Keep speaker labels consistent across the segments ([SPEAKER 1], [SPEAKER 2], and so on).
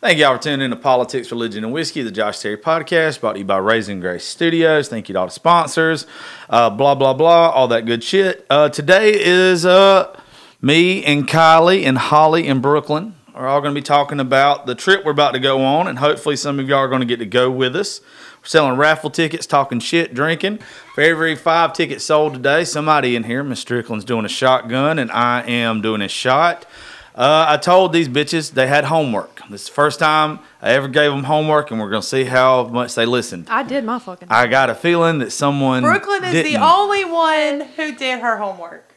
[SPEAKER 1] Thank y'all for tuning in to Politics, Religion, and Whiskey, the Josh Terry podcast, brought to you by Raising Grace Studios. Thank you to all the sponsors, uh, blah, blah, blah, all that good shit. Uh, today is uh, me and Kylie and Holly in Brooklyn are all going to be talking about the trip we're about to go on, and hopefully some of y'all are going to get to go with us. We're selling raffle tickets, talking shit, drinking. For every five tickets sold today, somebody in here, Miss Strickland's doing a shotgun, and I am doing a shot. Uh, I told these bitches they had homework. This is the first time I ever gave them homework, and we're gonna see how much they listened.
[SPEAKER 2] I did my fucking.
[SPEAKER 1] I got a feeling that someone
[SPEAKER 3] Brooklyn is the
[SPEAKER 1] didn't.
[SPEAKER 3] only one who did her homework.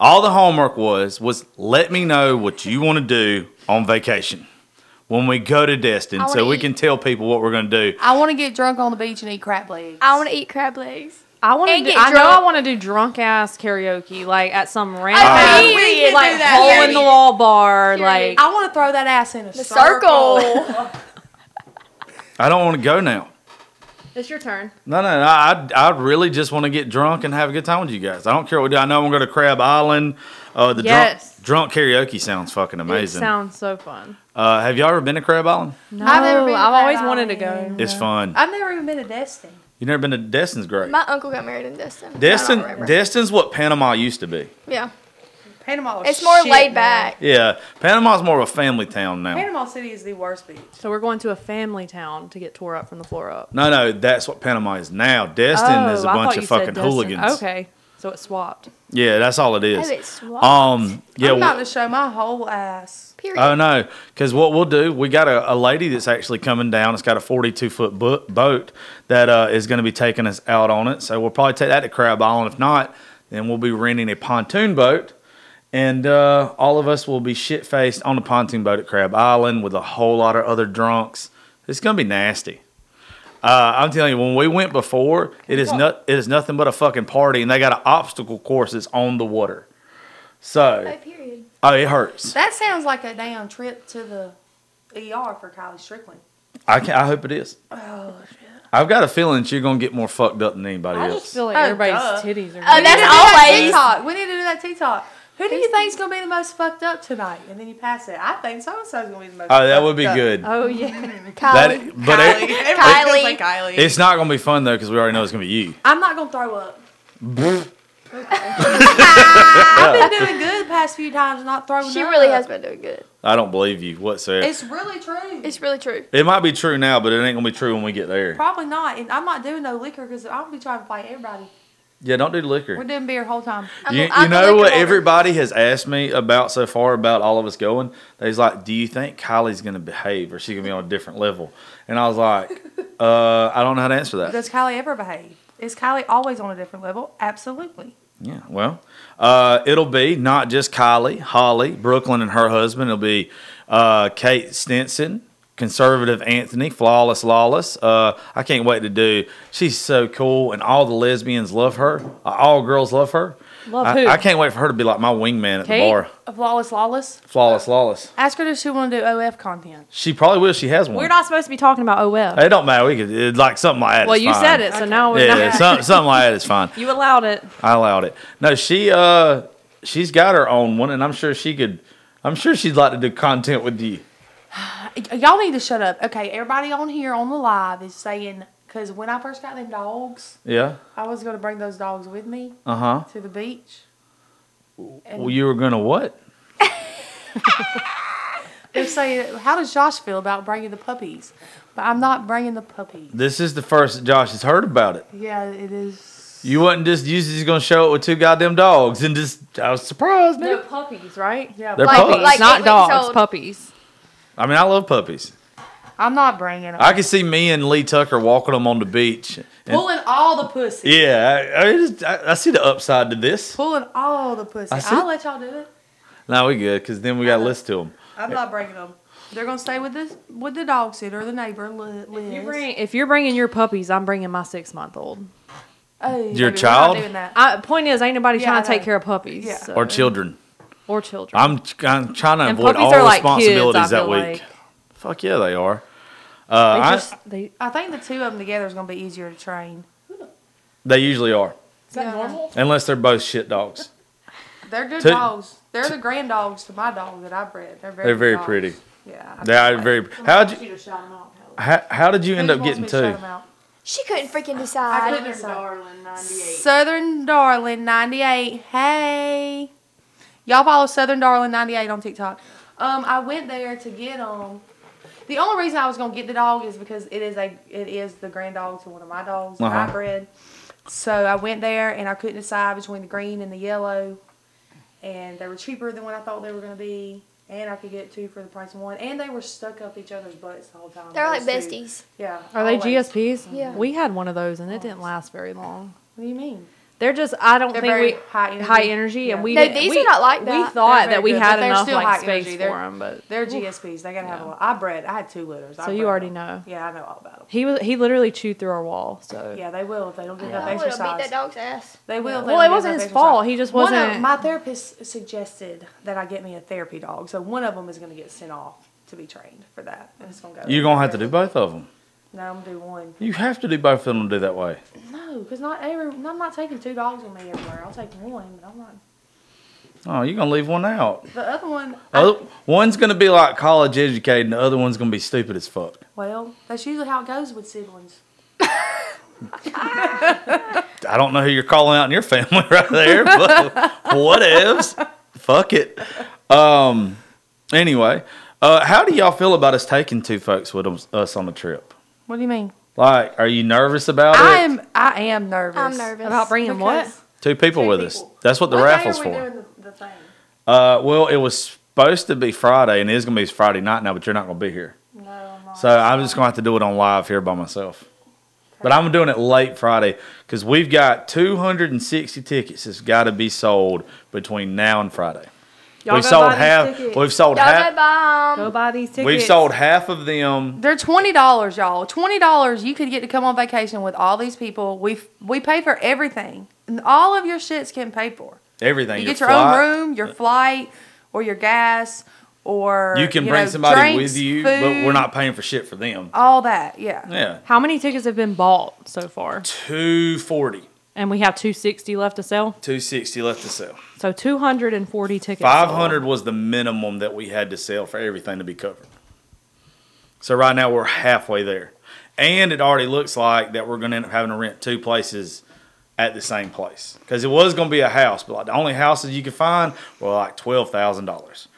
[SPEAKER 1] All the homework was was let me know what you want to do on vacation when we go to Destin,
[SPEAKER 4] I
[SPEAKER 1] so
[SPEAKER 4] wanna
[SPEAKER 1] we
[SPEAKER 4] eat.
[SPEAKER 1] can tell people what we're gonna do.
[SPEAKER 3] I want to get drunk on the beach and eat crab legs.
[SPEAKER 4] I want to eat crab legs.
[SPEAKER 2] I want to.
[SPEAKER 4] And
[SPEAKER 2] Do,
[SPEAKER 4] get
[SPEAKER 2] I know I
[SPEAKER 4] drunk.
[SPEAKER 2] want to do drunk ass karaoke, like at some
[SPEAKER 4] I
[SPEAKER 2] random
[SPEAKER 4] mean,
[SPEAKER 3] we can
[SPEAKER 2] like
[SPEAKER 3] do that.
[SPEAKER 2] hole in the wall bar,
[SPEAKER 4] Period.
[SPEAKER 2] like
[SPEAKER 3] I want to throw that ass in a
[SPEAKER 4] The
[SPEAKER 3] circle.
[SPEAKER 4] circle.
[SPEAKER 1] I don't want to go now.
[SPEAKER 2] it's your turn.
[SPEAKER 1] No, no, no. I, I really just want to get drunk and have a good time with you guys. I don't care what we do. I know I'm going to Crab Island. Uh, the
[SPEAKER 2] Yes.
[SPEAKER 1] drunk, drunk karaoke sounds fucking
[SPEAKER 2] It
[SPEAKER 1] amazing.
[SPEAKER 2] sounds so fun.
[SPEAKER 1] uh, have y'all ever been to Crab Island?
[SPEAKER 2] No,
[SPEAKER 3] I've
[SPEAKER 2] I've,
[SPEAKER 3] never been to that
[SPEAKER 2] always wanted to go.
[SPEAKER 1] It's fun.
[SPEAKER 3] I've never even been to Destin.
[SPEAKER 1] You've never been to Destin's great.
[SPEAKER 4] My uncle got married in Destin. I don't
[SPEAKER 1] Destin,
[SPEAKER 4] remember.
[SPEAKER 1] Destin's what Panama used to be.
[SPEAKER 4] yeah,
[SPEAKER 3] Panama. was
[SPEAKER 4] it's more
[SPEAKER 3] Oh, shit,
[SPEAKER 4] laid
[SPEAKER 3] man.
[SPEAKER 4] back.
[SPEAKER 1] Yeah, Panama's more of a family town now.
[SPEAKER 3] Panama City is the worst beach.
[SPEAKER 2] So we're going to a family town to get tore up from the floor up. Oh,
[SPEAKER 1] No, no, that's what Panama is now. Destin is a
[SPEAKER 2] I
[SPEAKER 1] bunch
[SPEAKER 2] thought
[SPEAKER 1] of
[SPEAKER 2] you said
[SPEAKER 1] fucking
[SPEAKER 2] Destin.
[SPEAKER 1] hooligans.
[SPEAKER 2] Okay, so it swapped.
[SPEAKER 1] Yeah, that's all it is.
[SPEAKER 4] Oh, it's swamped.
[SPEAKER 1] um, yeah.
[SPEAKER 3] I'm
[SPEAKER 1] wh-
[SPEAKER 3] about to show my whole ass.
[SPEAKER 4] Period.
[SPEAKER 1] Oh no, because what we'll do, we got a, a lady that's actually coming down. It's got a 42 foot bo- boat that uh, is going to be taking us out on it. So we'll probably take that to Crab Island. If not, then we'll be renting a pontoon boat, and uh, all of us will be shit faced on the pontoon boat at Crab Island with a whole lot of other drunks. It's going to be nasty. Uh, I'm telling you, when we went before, it is not it is nothing but a fucking party, and they got an obstacle course that's on the water.
[SPEAKER 4] Oh,
[SPEAKER 1] So,
[SPEAKER 4] period.
[SPEAKER 1] oh, it hurts.
[SPEAKER 3] That sounds like a damn trip to the ER for Kylie Strickland.
[SPEAKER 1] I can, I hope it is.
[SPEAKER 3] Oh, shit.
[SPEAKER 1] I've got a feeling that you're gonna get more fucked up than anybody
[SPEAKER 2] I
[SPEAKER 1] else.
[SPEAKER 2] just feel like
[SPEAKER 3] Oh,
[SPEAKER 2] everybody's
[SPEAKER 3] duh.
[SPEAKER 2] titties are.
[SPEAKER 4] Oh,
[SPEAKER 3] We need to do
[SPEAKER 4] that's
[SPEAKER 3] that
[SPEAKER 4] always.
[SPEAKER 3] TikTok. We need to do that TikTok. Who do you think's gonna be the most fucked up tonight? And then you pass it. I think so and so's gonna be the most.
[SPEAKER 1] oh, that
[SPEAKER 3] fucked
[SPEAKER 1] would be
[SPEAKER 3] up.
[SPEAKER 1] good.
[SPEAKER 2] Oh yeah.
[SPEAKER 4] Kylie.
[SPEAKER 1] That, but
[SPEAKER 3] Kylie.
[SPEAKER 1] it,
[SPEAKER 3] Everybody's gonna say
[SPEAKER 4] Kylie.
[SPEAKER 3] Kylie.
[SPEAKER 1] it's not gonna be fun though because we already know it's gonna be you.
[SPEAKER 3] I'm not gonna throw up. I've been doing good the past few times, not throwing
[SPEAKER 4] she
[SPEAKER 3] up.
[SPEAKER 4] really has been doing good.
[SPEAKER 1] I don't believe you whatsoever.
[SPEAKER 3] It's really true.
[SPEAKER 4] It's really true.
[SPEAKER 1] it might be true now, but it ain't gonna be true when we get there.
[SPEAKER 3] probably not. And I'm not doing no liquor because I'll be trying to fight everybody.
[SPEAKER 1] Yeah, don't do
[SPEAKER 3] We're
[SPEAKER 1] liquor.
[SPEAKER 3] doing beer whole time.
[SPEAKER 4] I'm
[SPEAKER 1] You,
[SPEAKER 4] a- I'm
[SPEAKER 1] you
[SPEAKER 4] a
[SPEAKER 1] know
[SPEAKER 4] liquor
[SPEAKER 1] what
[SPEAKER 4] holder.
[SPEAKER 1] everybody has asked me about so far about all of us going? They's like, do you think Kylie's gonna behave or she gonna be on a different level? And I was like, uh, I don't know how to answer that.
[SPEAKER 3] Does Kylie ever behave? Is Kylie always on a different level? Absolutely.
[SPEAKER 1] Yeah, well, uh, it'll be not just Kylie, Holly, Brooklyn, and her husband. It'll be uh, Kate Stinson, conservative Anthony, flawless Lawless. Uh, I can't wait to do. She's so cool, and all the lesbians love her. Uh, all girls love her.
[SPEAKER 2] Love
[SPEAKER 1] I,
[SPEAKER 2] who?
[SPEAKER 1] I can't wait for her to be like my wingman at
[SPEAKER 2] Kate?
[SPEAKER 1] the bar.
[SPEAKER 3] Flawless, lawless.
[SPEAKER 1] Flawless Lawless.
[SPEAKER 3] Ask her if she want to do OF content.
[SPEAKER 1] She probably will. She has one.
[SPEAKER 2] We're not supposed to be talking about OF.
[SPEAKER 1] It don't matter. We could it, like something like that.
[SPEAKER 2] well,
[SPEAKER 1] is
[SPEAKER 2] you
[SPEAKER 1] fine.
[SPEAKER 2] said it, so now we're
[SPEAKER 1] Yeah,
[SPEAKER 2] not.
[SPEAKER 1] some- something like that is fine.
[SPEAKER 2] You allowed it.
[SPEAKER 1] I allowed it. No, she uh she's got her own one and I'm sure she could I'm sure she'd like to do content with you.
[SPEAKER 3] Y- Y'all need to shut up. Okay, everybody on here on the live is saying because when I first got them dogs,
[SPEAKER 1] Yeah.
[SPEAKER 3] I was gonna bring those dogs with me
[SPEAKER 1] Uh-huh.
[SPEAKER 3] to the beach. And
[SPEAKER 1] Well, you were going to what?
[SPEAKER 3] they're saying, "How does Josh feel about bringing the puppies?" But I'm not bringing the puppies.
[SPEAKER 1] This is the first that Josh has heard about it.
[SPEAKER 3] Yeah, it is.
[SPEAKER 1] You wasn't just usually going to show up with two goddamn dogs and just I was surprised, man.
[SPEAKER 2] puppies, right?
[SPEAKER 3] Yeah,
[SPEAKER 1] They're
[SPEAKER 3] but
[SPEAKER 4] Like-
[SPEAKER 1] puppies.
[SPEAKER 4] like- eight
[SPEAKER 2] not
[SPEAKER 4] weeks
[SPEAKER 2] dogs,
[SPEAKER 4] old.
[SPEAKER 2] puppies.
[SPEAKER 1] I mean, I love puppies.
[SPEAKER 3] I'm not bringing them.
[SPEAKER 1] I could see me and Lee Tucker walking them on the beach. and-
[SPEAKER 3] pulling all the pussy.
[SPEAKER 1] yeah, I, I, just, I, I see the upside to this.
[SPEAKER 3] Pulling all the pussy.
[SPEAKER 1] I see.
[SPEAKER 3] I'll let y'all do it.
[SPEAKER 1] No, we good because then we
[SPEAKER 2] uh,
[SPEAKER 1] got to listen to them.
[SPEAKER 3] I'm not bringing them. They're gonna stay with this with the dog sitter, the neighbor, Li- Liz.
[SPEAKER 2] You bring, if you're bringing your puppies, I'm bringing my six month old.
[SPEAKER 3] oh, baby, we're not
[SPEAKER 1] child?
[SPEAKER 3] doing that.
[SPEAKER 2] I, point is, ain't nobody
[SPEAKER 3] Yeah, I
[SPEAKER 2] trying to take
[SPEAKER 3] know.
[SPEAKER 2] care of puppies
[SPEAKER 3] Yeah.
[SPEAKER 2] so-
[SPEAKER 1] Or children.
[SPEAKER 2] or children.
[SPEAKER 1] I'm, I'm trying to
[SPEAKER 2] And
[SPEAKER 1] avoid
[SPEAKER 2] puppies
[SPEAKER 1] all
[SPEAKER 2] are like kids, I
[SPEAKER 1] responsibilities that
[SPEAKER 2] feel
[SPEAKER 1] week.
[SPEAKER 2] like.
[SPEAKER 1] Fuck yeah, they are.
[SPEAKER 2] They
[SPEAKER 1] Uh, I-
[SPEAKER 2] just- they-
[SPEAKER 3] I think the two of them together is gonna be easier to train.
[SPEAKER 1] they usually are,
[SPEAKER 3] Is that normal?
[SPEAKER 1] unless they're both shit dogs.
[SPEAKER 3] They're good
[SPEAKER 1] Two-
[SPEAKER 3] dogs. They're the grand dogs to my dog that I bred. They're very.
[SPEAKER 1] They're
[SPEAKER 3] good
[SPEAKER 1] very
[SPEAKER 3] dogs.
[SPEAKER 1] pretty.
[SPEAKER 3] Yeah.
[SPEAKER 1] They are very. How'd you?
[SPEAKER 3] you to shout 'em out, Kelly.
[SPEAKER 1] How, how did you end
[SPEAKER 3] Who
[SPEAKER 1] up
[SPEAKER 3] wants
[SPEAKER 1] getting
[SPEAKER 3] me to shout
[SPEAKER 1] two?
[SPEAKER 3] 'em out?
[SPEAKER 4] She couldn't freaking
[SPEAKER 3] I
[SPEAKER 4] decide.
[SPEAKER 3] couldn't decide.
[SPEAKER 2] ninety-eight.
[SPEAKER 3] Southern Darling 98. Hey. Y'all follow Southern Darling 98 on TikTok. Um, I went there to get them. The only reason I was gonna get the dog is because it is a it is the grand dog to one of my dogs, that I
[SPEAKER 1] Uh-huh.
[SPEAKER 3] bred. So I went there and I couldn't decide between the green and the yellow, and they were cheaper than what I thought they were gonna be, and I could get two for the price of one, and they were stuck up each other's butts the whole time.
[SPEAKER 4] They're like
[SPEAKER 3] Those two.
[SPEAKER 4] besties.
[SPEAKER 3] Yeah.
[SPEAKER 2] Are they
[SPEAKER 3] always. Mm-hmm.
[SPEAKER 2] GSPs?
[SPEAKER 4] Yeah.
[SPEAKER 2] We had one of those and it didn't last very long.
[SPEAKER 3] What do you mean?
[SPEAKER 2] They're just I don't
[SPEAKER 3] They're
[SPEAKER 2] think
[SPEAKER 3] very
[SPEAKER 2] we
[SPEAKER 3] high energy.
[SPEAKER 2] high energy
[SPEAKER 3] Yeah.
[SPEAKER 2] and we
[SPEAKER 4] No,
[SPEAKER 2] didn't-
[SPEAKER 4] these
[SPEAKER 2] we,
[SPEAKER 4] are not like
[SPEAKER 2] We
[SPEAKER 4] that.
[SPEAKER 2] thought
[SPEAKER 3] They're very
[SPEAKER 2] that we
[SPEAKER 3] good,
[SPEAKER 2] had
[SPEAKER 3] but they're
[SPEAKER 2] enough
[SPEAKER 3] still
[SPEAKER 2] like
[SPEAKER 3] high
[SPEAKER 2] space
[SPEAKER 3] energy.
[SPEAKER 2] for
[SPEAKER 3] They're-
[SPEAKER 2] them, but
[SPEAKER 3] They're GSPs. They gotta have a lot. I bred. I had two litters. I
[SPEAKER 2] So you
[SPEAKER 3] bred
[SPEAKER 2] already
[SPEAKER 3] them.
[SPEAKER 2] know.
[SPEAKER 3] Yeah, I know all about them.
[SPEAKER 2] he was he literally chewed through our wall. So
[SPEAKER 3] Yeah, they will if they don't get
[SPEAKER 4] I
[SPEAKER 3] enough
[SPEAKER 4] would have beat that
[SPEAKER 3] exercise.
[SPEAKER 4] dog's ass.
[SPEAKER 3] They will. if they
[SPEAKER 2] well,
[SPEAKER 3] don't
[SPEAKER 2] it
[SPEAKER 3] get
[SPEAKER 2] wasn't
[SPEAKER 3] enough
[SPEAKER 2] his fault.
[SPEAKER 3] exercise.
[SPEAKER 2] He just
[SPEAKER 3] One of-
[SPEAKER 2] wasn't.
[SPEAKER 3] my therapist suggested that I get me a therapy dog, so one of them is gonna get sent off to be trained for that, and it's gonna go.
[SPEAKER 1] You're gonna have to do both of them.
[SPEAKER 3] No, I'm gonna do one.
[SPEAKER 1] You have to do both of them to do that way.
[SPEAKER 3] No, because not every. no, I'm not taking two dogs with me everywhere. I'll take one, but I'm not.
[SPEAKER 1] Oh, you're gonna leave one out.
[SPEAKER 3] The other one. I-
[SPEAKER 1] Other, one's gonna be like college educated, and the other one's gonna be stupid as fuck.
[SPEAKER 3] well, that's usually how it goes with siblings.
[SPEAKER 1] I don't know who you're calling out in your family right there, but what ifs? Fuck it. Um. Anyway, uh, how do y'all feel about us taking two folks with us- us on the trip?
[SPEAKER 3] What do you mean?
[SPEAKER 1] Like, are you nervous about it?
[SPEAKER 3] I am. I am nervous.
[SPEAKER 4] I'm nervous.
[SPEAKER 2] about bringing what?
[SPEAKER 3] Because-
[SPEAKER 1] two people
[SPEAKER 3] Two
[SPEAKER 1] with us.
[SPEAKER 3] people.
[SPEAKER 1] That's what the
[SPEAKER 3] What day
[SPEAKER 1] raffle's
[SPEAKER 3] are
[SPEAKER 1] for.
[SPEAKER 3] we doing the- the thing?
[SPEAKER 1] Uh, well, it was supposed to be Friday, and it is gonna be Friday night now, but you're not gonna be here,
[SPEAKER 3] No, I'm not.
[SPEAKER 1] so I'm just gonna have to do it on live here by myself. But I'm doing it late Friday because we've got 260 tickets that's got to be sold between now and Friday.
[SPEAKER 2] Y'all
[SPEAKER 1] we've
[SPEAKER 2] go
[SPEAKER 1] sold
[SPEAKER 2] buy these
[SPEAKER 1] half.
[SPEAKER 2] tickets.
[SPEAKER 1] We've sold
[SPEAKER 4] Y'all go
[SPEAKER 1] half.
[SPEAKER 4] buy 'em.
[SPEAKER 2] Go buy these tickets.
[SPEAKER 1] We've sold half of them.
[SPEAKER 3] They're twenty dollars, y'all. Twenty dollars. You could get to come on vacation with all these people. We we pay for everything. And all of your shit's getting paid for.
[SPEAKER 1] Everything.
[SPEAKER 3] You get your own room, your flight, or your gas, or
[SPEAKER 1] You can bring
[SPEAKER 3] know,
[SPEAKER 1] somebody
[SPEAKER 3] drinks,
[SPEAKER 1] with you,
[SPEAKER 3] food,
[SPEAKER 1] but we're not paying for shit for them.
[SPEAKER 3] all that. Yeah.
[SPEAKER 1] Yeah,
[SPEAKER 2] How many tickets have been bought so far?
[SPEAKER 1] 240,
[SPEAKER 2] And we have 260 left to sell.
[SPEAKER 1] 260 left to sell.
[SPEAKER 2] So 240 tickets. sold.
[SPEAKER 1] 500 was the minimum that we had to sell for everything to be covered. So right now we're halfway there. And it already looks like that we're going to end up having to rent two places at the same place. Because it was going to be a house, but like the only houses you could find were like $12,000.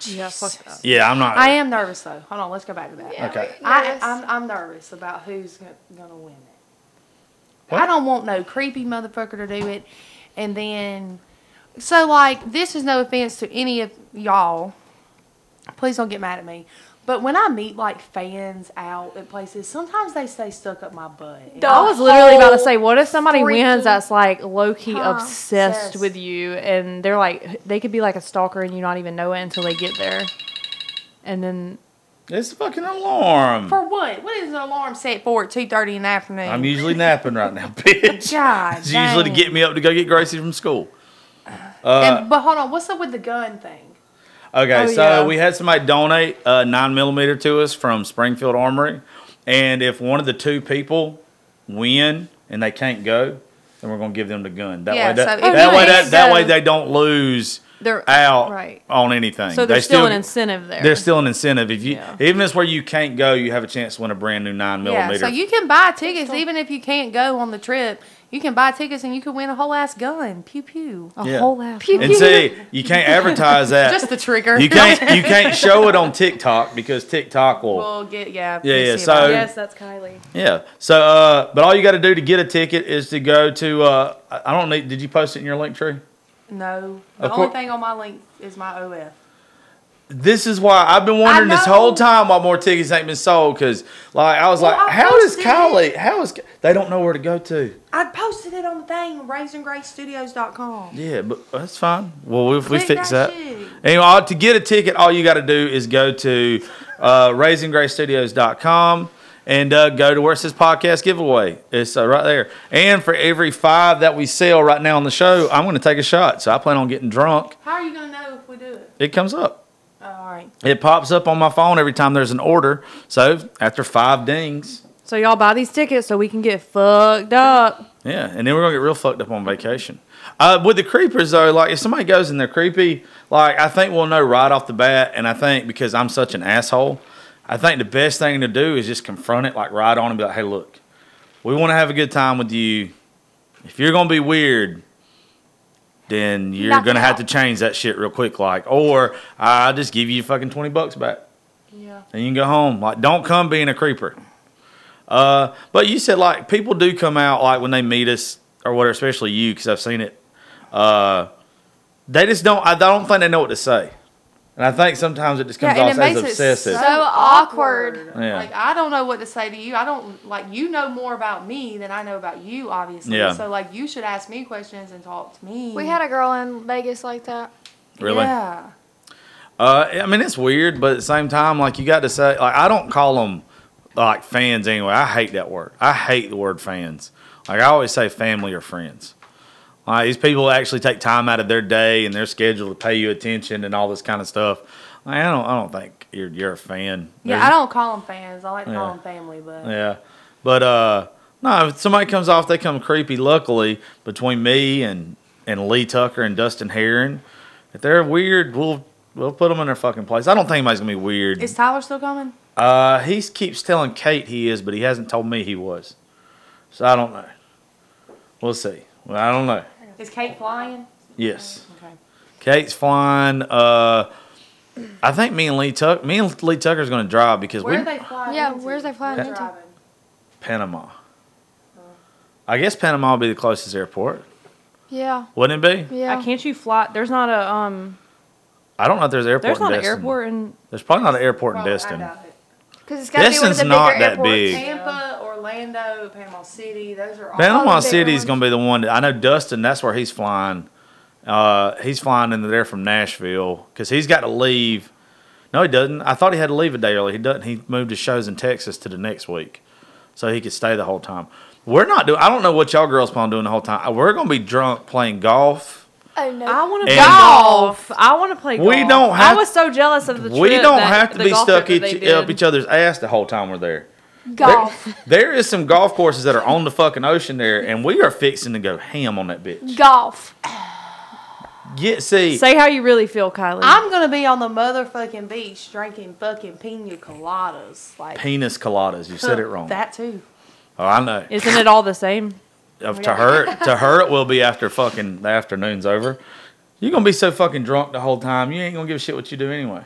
[SPEAKER 2] Yeah, fuck that.
[SPEAKER 1] Yeah, I'm not.
[SPEAKER 3] I am nervous though. Hold on, let's go back to that.
[SPEAKER 4] Yeah,
[SPEAKER 1] Okay.
[SPEAKER 4] we-
[SPEAKER 3] I,
[SPEAKER 4] nervous.
[SPEAKER 3] I'm, I'm nervous about who's go- gonna win it.
[SPEAKER 1] What?
[SPEAKER 3] I don't want no creepy motherfucker to do it, and then, so like this is no offense to any of y'all. Please don't get mad at me, but when I meet like fans out at places, sometimes they stay stuck up my butt.
[SPEAKER 4] Duh.
[SPEAKER 2] I was literally about to say, what if somebody
[SPEAKER 4] freaking
[SPEAKER 2] wins that's like low key
[SPEAKER 4] time.
[SPEAKER 2] obsessed
[SPEAKER 3] Obsessed.
[SPEAKER 2] with you and they're like, they could be like a stalker and you not even know it until they get there. And then
[SPEAKER 1] It's a fucking alarm.
[SPEAKER 3] For what? What is an alarm set for at two thirty in the afternoon?
[SPEAKER 1] I'm usually napping right now, bitch.
[SPEAKER 3] God,
[SPEAKER 1] It's usually to
[SPEAKER 3] dang.
[SPEAKER 1] get uh, me up to go get Gracie from school.
[SPEAKER 3] And- but hold on, what's up with the gun thing?
[SPEAKER 1] Okay,
[SPEAKER 2] Oh,
[SPEAKER 1] so
[SPEAKER 2] yeah.
[SPEAKER 1] we had somebody donate a nine millimeter to us from Springfield Armory, and if one of the two people win and they can't go, then we're gonna give them the gun. That
[SPEAKER 3] Yeah,
[SPEAKER 1] way, that,
[SPEAKER 3] so if
[SPEAKER 1] that
[SPEAKER 2] you
[SPEAKER 1] way,
[SPEAKER 2] can't
[SPEAKER 1] that, that way
[SPEAKER 2] go-
[SPEAKER 1] they don't lose
[SPEAKER 2] They're-
[SPEAKER 1] out
[SPEAKER 2] right.
[SPEAKER 1] on anything.
[SPEAKER 2] so
[SPEAKER 1] They
[SPEAKER 2] there's still an incentive there.
[SPEAKER 1] There's still an incentive if you
[SPEAKER 2] Yeah.
[SPEAKER 1] even if it's where you can't go, you have a chance to win a brand new nine
[SPEAKER 3] Yeah,
[SPEAKER 1] millimeter.
[SPEAKER 3] so you can buy tickets even if you can't go on the trip. You can buy tickets and you can win a whole ass gun. Pew pew.
[SPEAKER 2] a
[SPEAKER 1] Yeah.
[SPEAKER 2] whole ass.
[SPEAKER 4] Pew,
[SPEAKER 1] and see, you can't advertise that.
[SPEAKER 3] Just the trigger.
[SPEAKER 1] you can't you can't show it on TikTok because TikTok will
[SPEAKER 3] We'll get yeah.
[SPEAKER 1] Yeah,
[SPEAKER 3] we'll
[SPEAKER 1] yeah,
[SPEAKER 3] see about
[SPEAKER 1] so-
[SPEAKER 3] it.
[SPEAKER 2] Yes, that's Kylie.
[SPEAKER 1] Yeah. So, uh, but all you got to do to get a ticket is to go to. Uh, I I don't need. Did you post it in your link tree?
[SPEAKER 3] no. The
[SPEAKER 1] Of
[SPEAKER 3] only
[SPEAKER 1] cour-
[SPEAKER 3] thing on my link is my OF.
[SPEAKER 1] This is why I've been wondering this whole
[SPEAKER 3] know.
[SPEAKER 1] time why more tickets ain't been sold. Because like I was
[SPEAKER 3] Well,
[SPEAKER 1] like,
[SPEAKER 3] I
[SPEAKER 1] how does
[SPEAKER 3] posted
[SPEAKER 1] Kylie? How is they don't know where to go to?
[SPEAKER 3] I posted it on the thing, raisingracestudios.com.
[SPEAKER 1] Yeah, but that's fine. Well, we, we
[SPEAKER 3] Click
[SPEAKER 1] fix that.
[SPEAKER 3] that shit.
[SPEAKER 1] Anyway, all- to get a ticket, all you got to do is go to uh, raisinggraystudios.com and uh, go to where it says podcast giveaway. It's uh, right there. And for every five that we sell right now on the show, I'm going to take a shot. So I plan on getting drunk.
[SPEAKER 3] How are you gonna know if we do it?
[SPEAKER 1] It comes up.
[SPEAKER 3] Oh, all right.
[SPEAKER 1] It pops up on my phone every time there's an order. So after five dings,
[SPEAKER 2] So y'all buy these tickets so we can get fucked up.
[SPEAKER 1] yeah, and then we're gonna get real fucked up on vacation. Uh, with the creepers though, like if somebody goes and they're creepy, like I think we'll know right off the bat, and I think because I'm such an asshole, I think the best thing to do is just confront it like right on and be like, hey, look, we want to have a good time with you. If you're gonna be weird, then you're
[SPEAKER 3] Knock it
[SPEAKER 1] gonna have
[SPEAKER 3] out.
[SPEAKER 1] to change that shit real quick, like, or I'll just give you fucking twenty bucks back
[SPEAKER 3] Yeah.
[SPEAKER 1] and you can go home. Like, don't come being a creeper. Uh, but you said like people do come out like when they meet us or whatever, especially you because I've seen it. Uh, they just don't. I don't think they know what to say, and I think sometimes it just comes
[SPEAKER 3] yeah,
[SPEAKER 1] off as obsessive.
[SPEAKER 4] so awkward.
[SPEAKER 1] Yeah.
[SPEAKER 3] Like I don't know what to say to you. I don't like you know more about me than I know about you, obviously.
[SPEAKER 1] Yeah.
[SPEAKER 3] So like you should ask me questions and talk to me.
[SPEAKER 4] We had a girl in Vegas like that.
[SPEAKER 1] really,
[SPEAKER 3] Yeah.
[SPEAKER 1] uh, I mean it's weird, but at the same time, like you got to say like I don't call them like fans anyway. I hate that word. I hate the word fans. Like I always say, family or friends. Like these people actually take time out of their day and their schedule to pay you attention and all this kind of stuff. Like, I don't. I don't think you're you're a fan.
[SPEAKER 3] Yeah, I don't call them fans. I like to
[SPEAKER 1] Yeah.
[SPEAKER 3] call them family, but
[SPEAKER 1] Yeah, but uh, no. If somebody comes off, they come creepy. Luckily, between me and and Lee Tucker and Dustin Heron, if they're weird, we'll we'll put them in their fucking place. I don't think anybody's gonna be weird.
[SPEAKER 3] is Tyler still coming?
[SPEAKER 1] Uh, he keeps telling Kate he is, but he hasn't told me he was. So I don't know. We'll see. Well, I don't know.
[SPEAKER 3] Is Kate flying?
[SPEAKER 1] Yes.
[SPEAKER 3] Okay.
[SPEAKER 1] Kate's flying. Uh, I think me and Lee Tuck, me and Lee Tucker's going to drive because
[SPEAKER 3] Where
[SPEAKER 1] we
[SPEAKER 3] are they flying?
[SPEAKER 4] Yeah,
[SPEAKER 3] into?
[SPEAKER 4] where's they flying
[SPEAKER 3] Where's
[SPEAKER 4] into?
[SPEAKER 3] driving?
[SPEAKER 1] Panama. I guess Panama will be the closest airport,
[SPEAKER 4] Yeah,
[SPEAKER 1] wouldn't it be?
[SPEAKER 4] yeah.
[SPEAKER 2] I can't you fly? There's not a um.
[SPEAKER 1] I don't know if there's an airport.
[SPEAKER 2] There's
[SPEAKER 1] in
[SPEAKER 2] not an
[SPEAKER 1] Destin.
[SPEAKER 2] airport in.
[SPEAKER 1] There's probably not an airport in
[SPEAKER 3] Probably, I
[SPEAKER 1] Destin.
[SPEAKER 3] doubt it.
[SPEAKER 4] Because it's got to be one of
[SPEAKER 1] Destin's
[SPEAKER 4] the bigger
[SPEAKER 1] not that
[SPEAKER 4] airports.
[SPEAKER 1] big.
[SPEAKER 3] Tampa, Orlando, Panama City, those are all
[SPEAKER 1] Panama
[SPEAKER 4] bigger
[SPEAKER 1] City is
[SPEAKER 4] ones.
[SPEAKER 1] going to be the one. That, I know Dustin. That's where he's flying. Uh, he's flying into there from Nashville because he's got to leave. No, he doesn't. I thought he had to leave a day early. He doesn't. He moved his shows in Texas to the next week, so he could stay the whole time. We're not doing. I don't know what y'all girls plan on doing the whole time. We're going to be drunk playing golf.
[SPEAKER 4] Oh no.
[SPEAKER 2] I want to
[SPEAKER 1] And-
[SPEAKER 2] golf. I want to play golf.
[SPEAKER 1] We don't have-
[SPEAKER 2] I was so jealous of the
[SPEAKER 1] We
[SPEAKER 2] trip
[SPEAKER 1] don't
[SPEAKER 2] that-
[SPEAKER 1] have to
[SPEAKER 2] the
[SPEAKER 1] be
[SPEAKER 2] golf
[SPEAKER 1] stuck
[SPEAKER 2] trip that
[SPEAKER 1] each,
[SPEAKER 2] they
[SPEAKER 1] up
[SPEAKER 2] did.
[SPEAKER 1] each other's ass the whole time we're there.
[SPEAKER 4] golf.
[SPEAKER 1] There is some golf courses that are on the fucking ocean there, and we are fixing to go ham on that bitch.
[SPEAKER 4] golf.
[SPEAKER 1] Yeah, see,
[SPEAKER 2] Say how you really feel, Kylie.
[SPEAKER 3] I'm gonna be on the motherfucking beach drinking fucking pina coladas. Like
[SPEAKER 1] penis coladas. You said it wrong.
[SPEAKER 3] That too.
[SPEAKER 1] oh, I know.
[SPEAKER 2] Isn't it all the same?
[SPEAKER 1] Of- to her, to her, it will be after fucking the afternoon's over. You're gonna be so fucking drunk the whole time. You ain't gonna give a shit what you do anyway.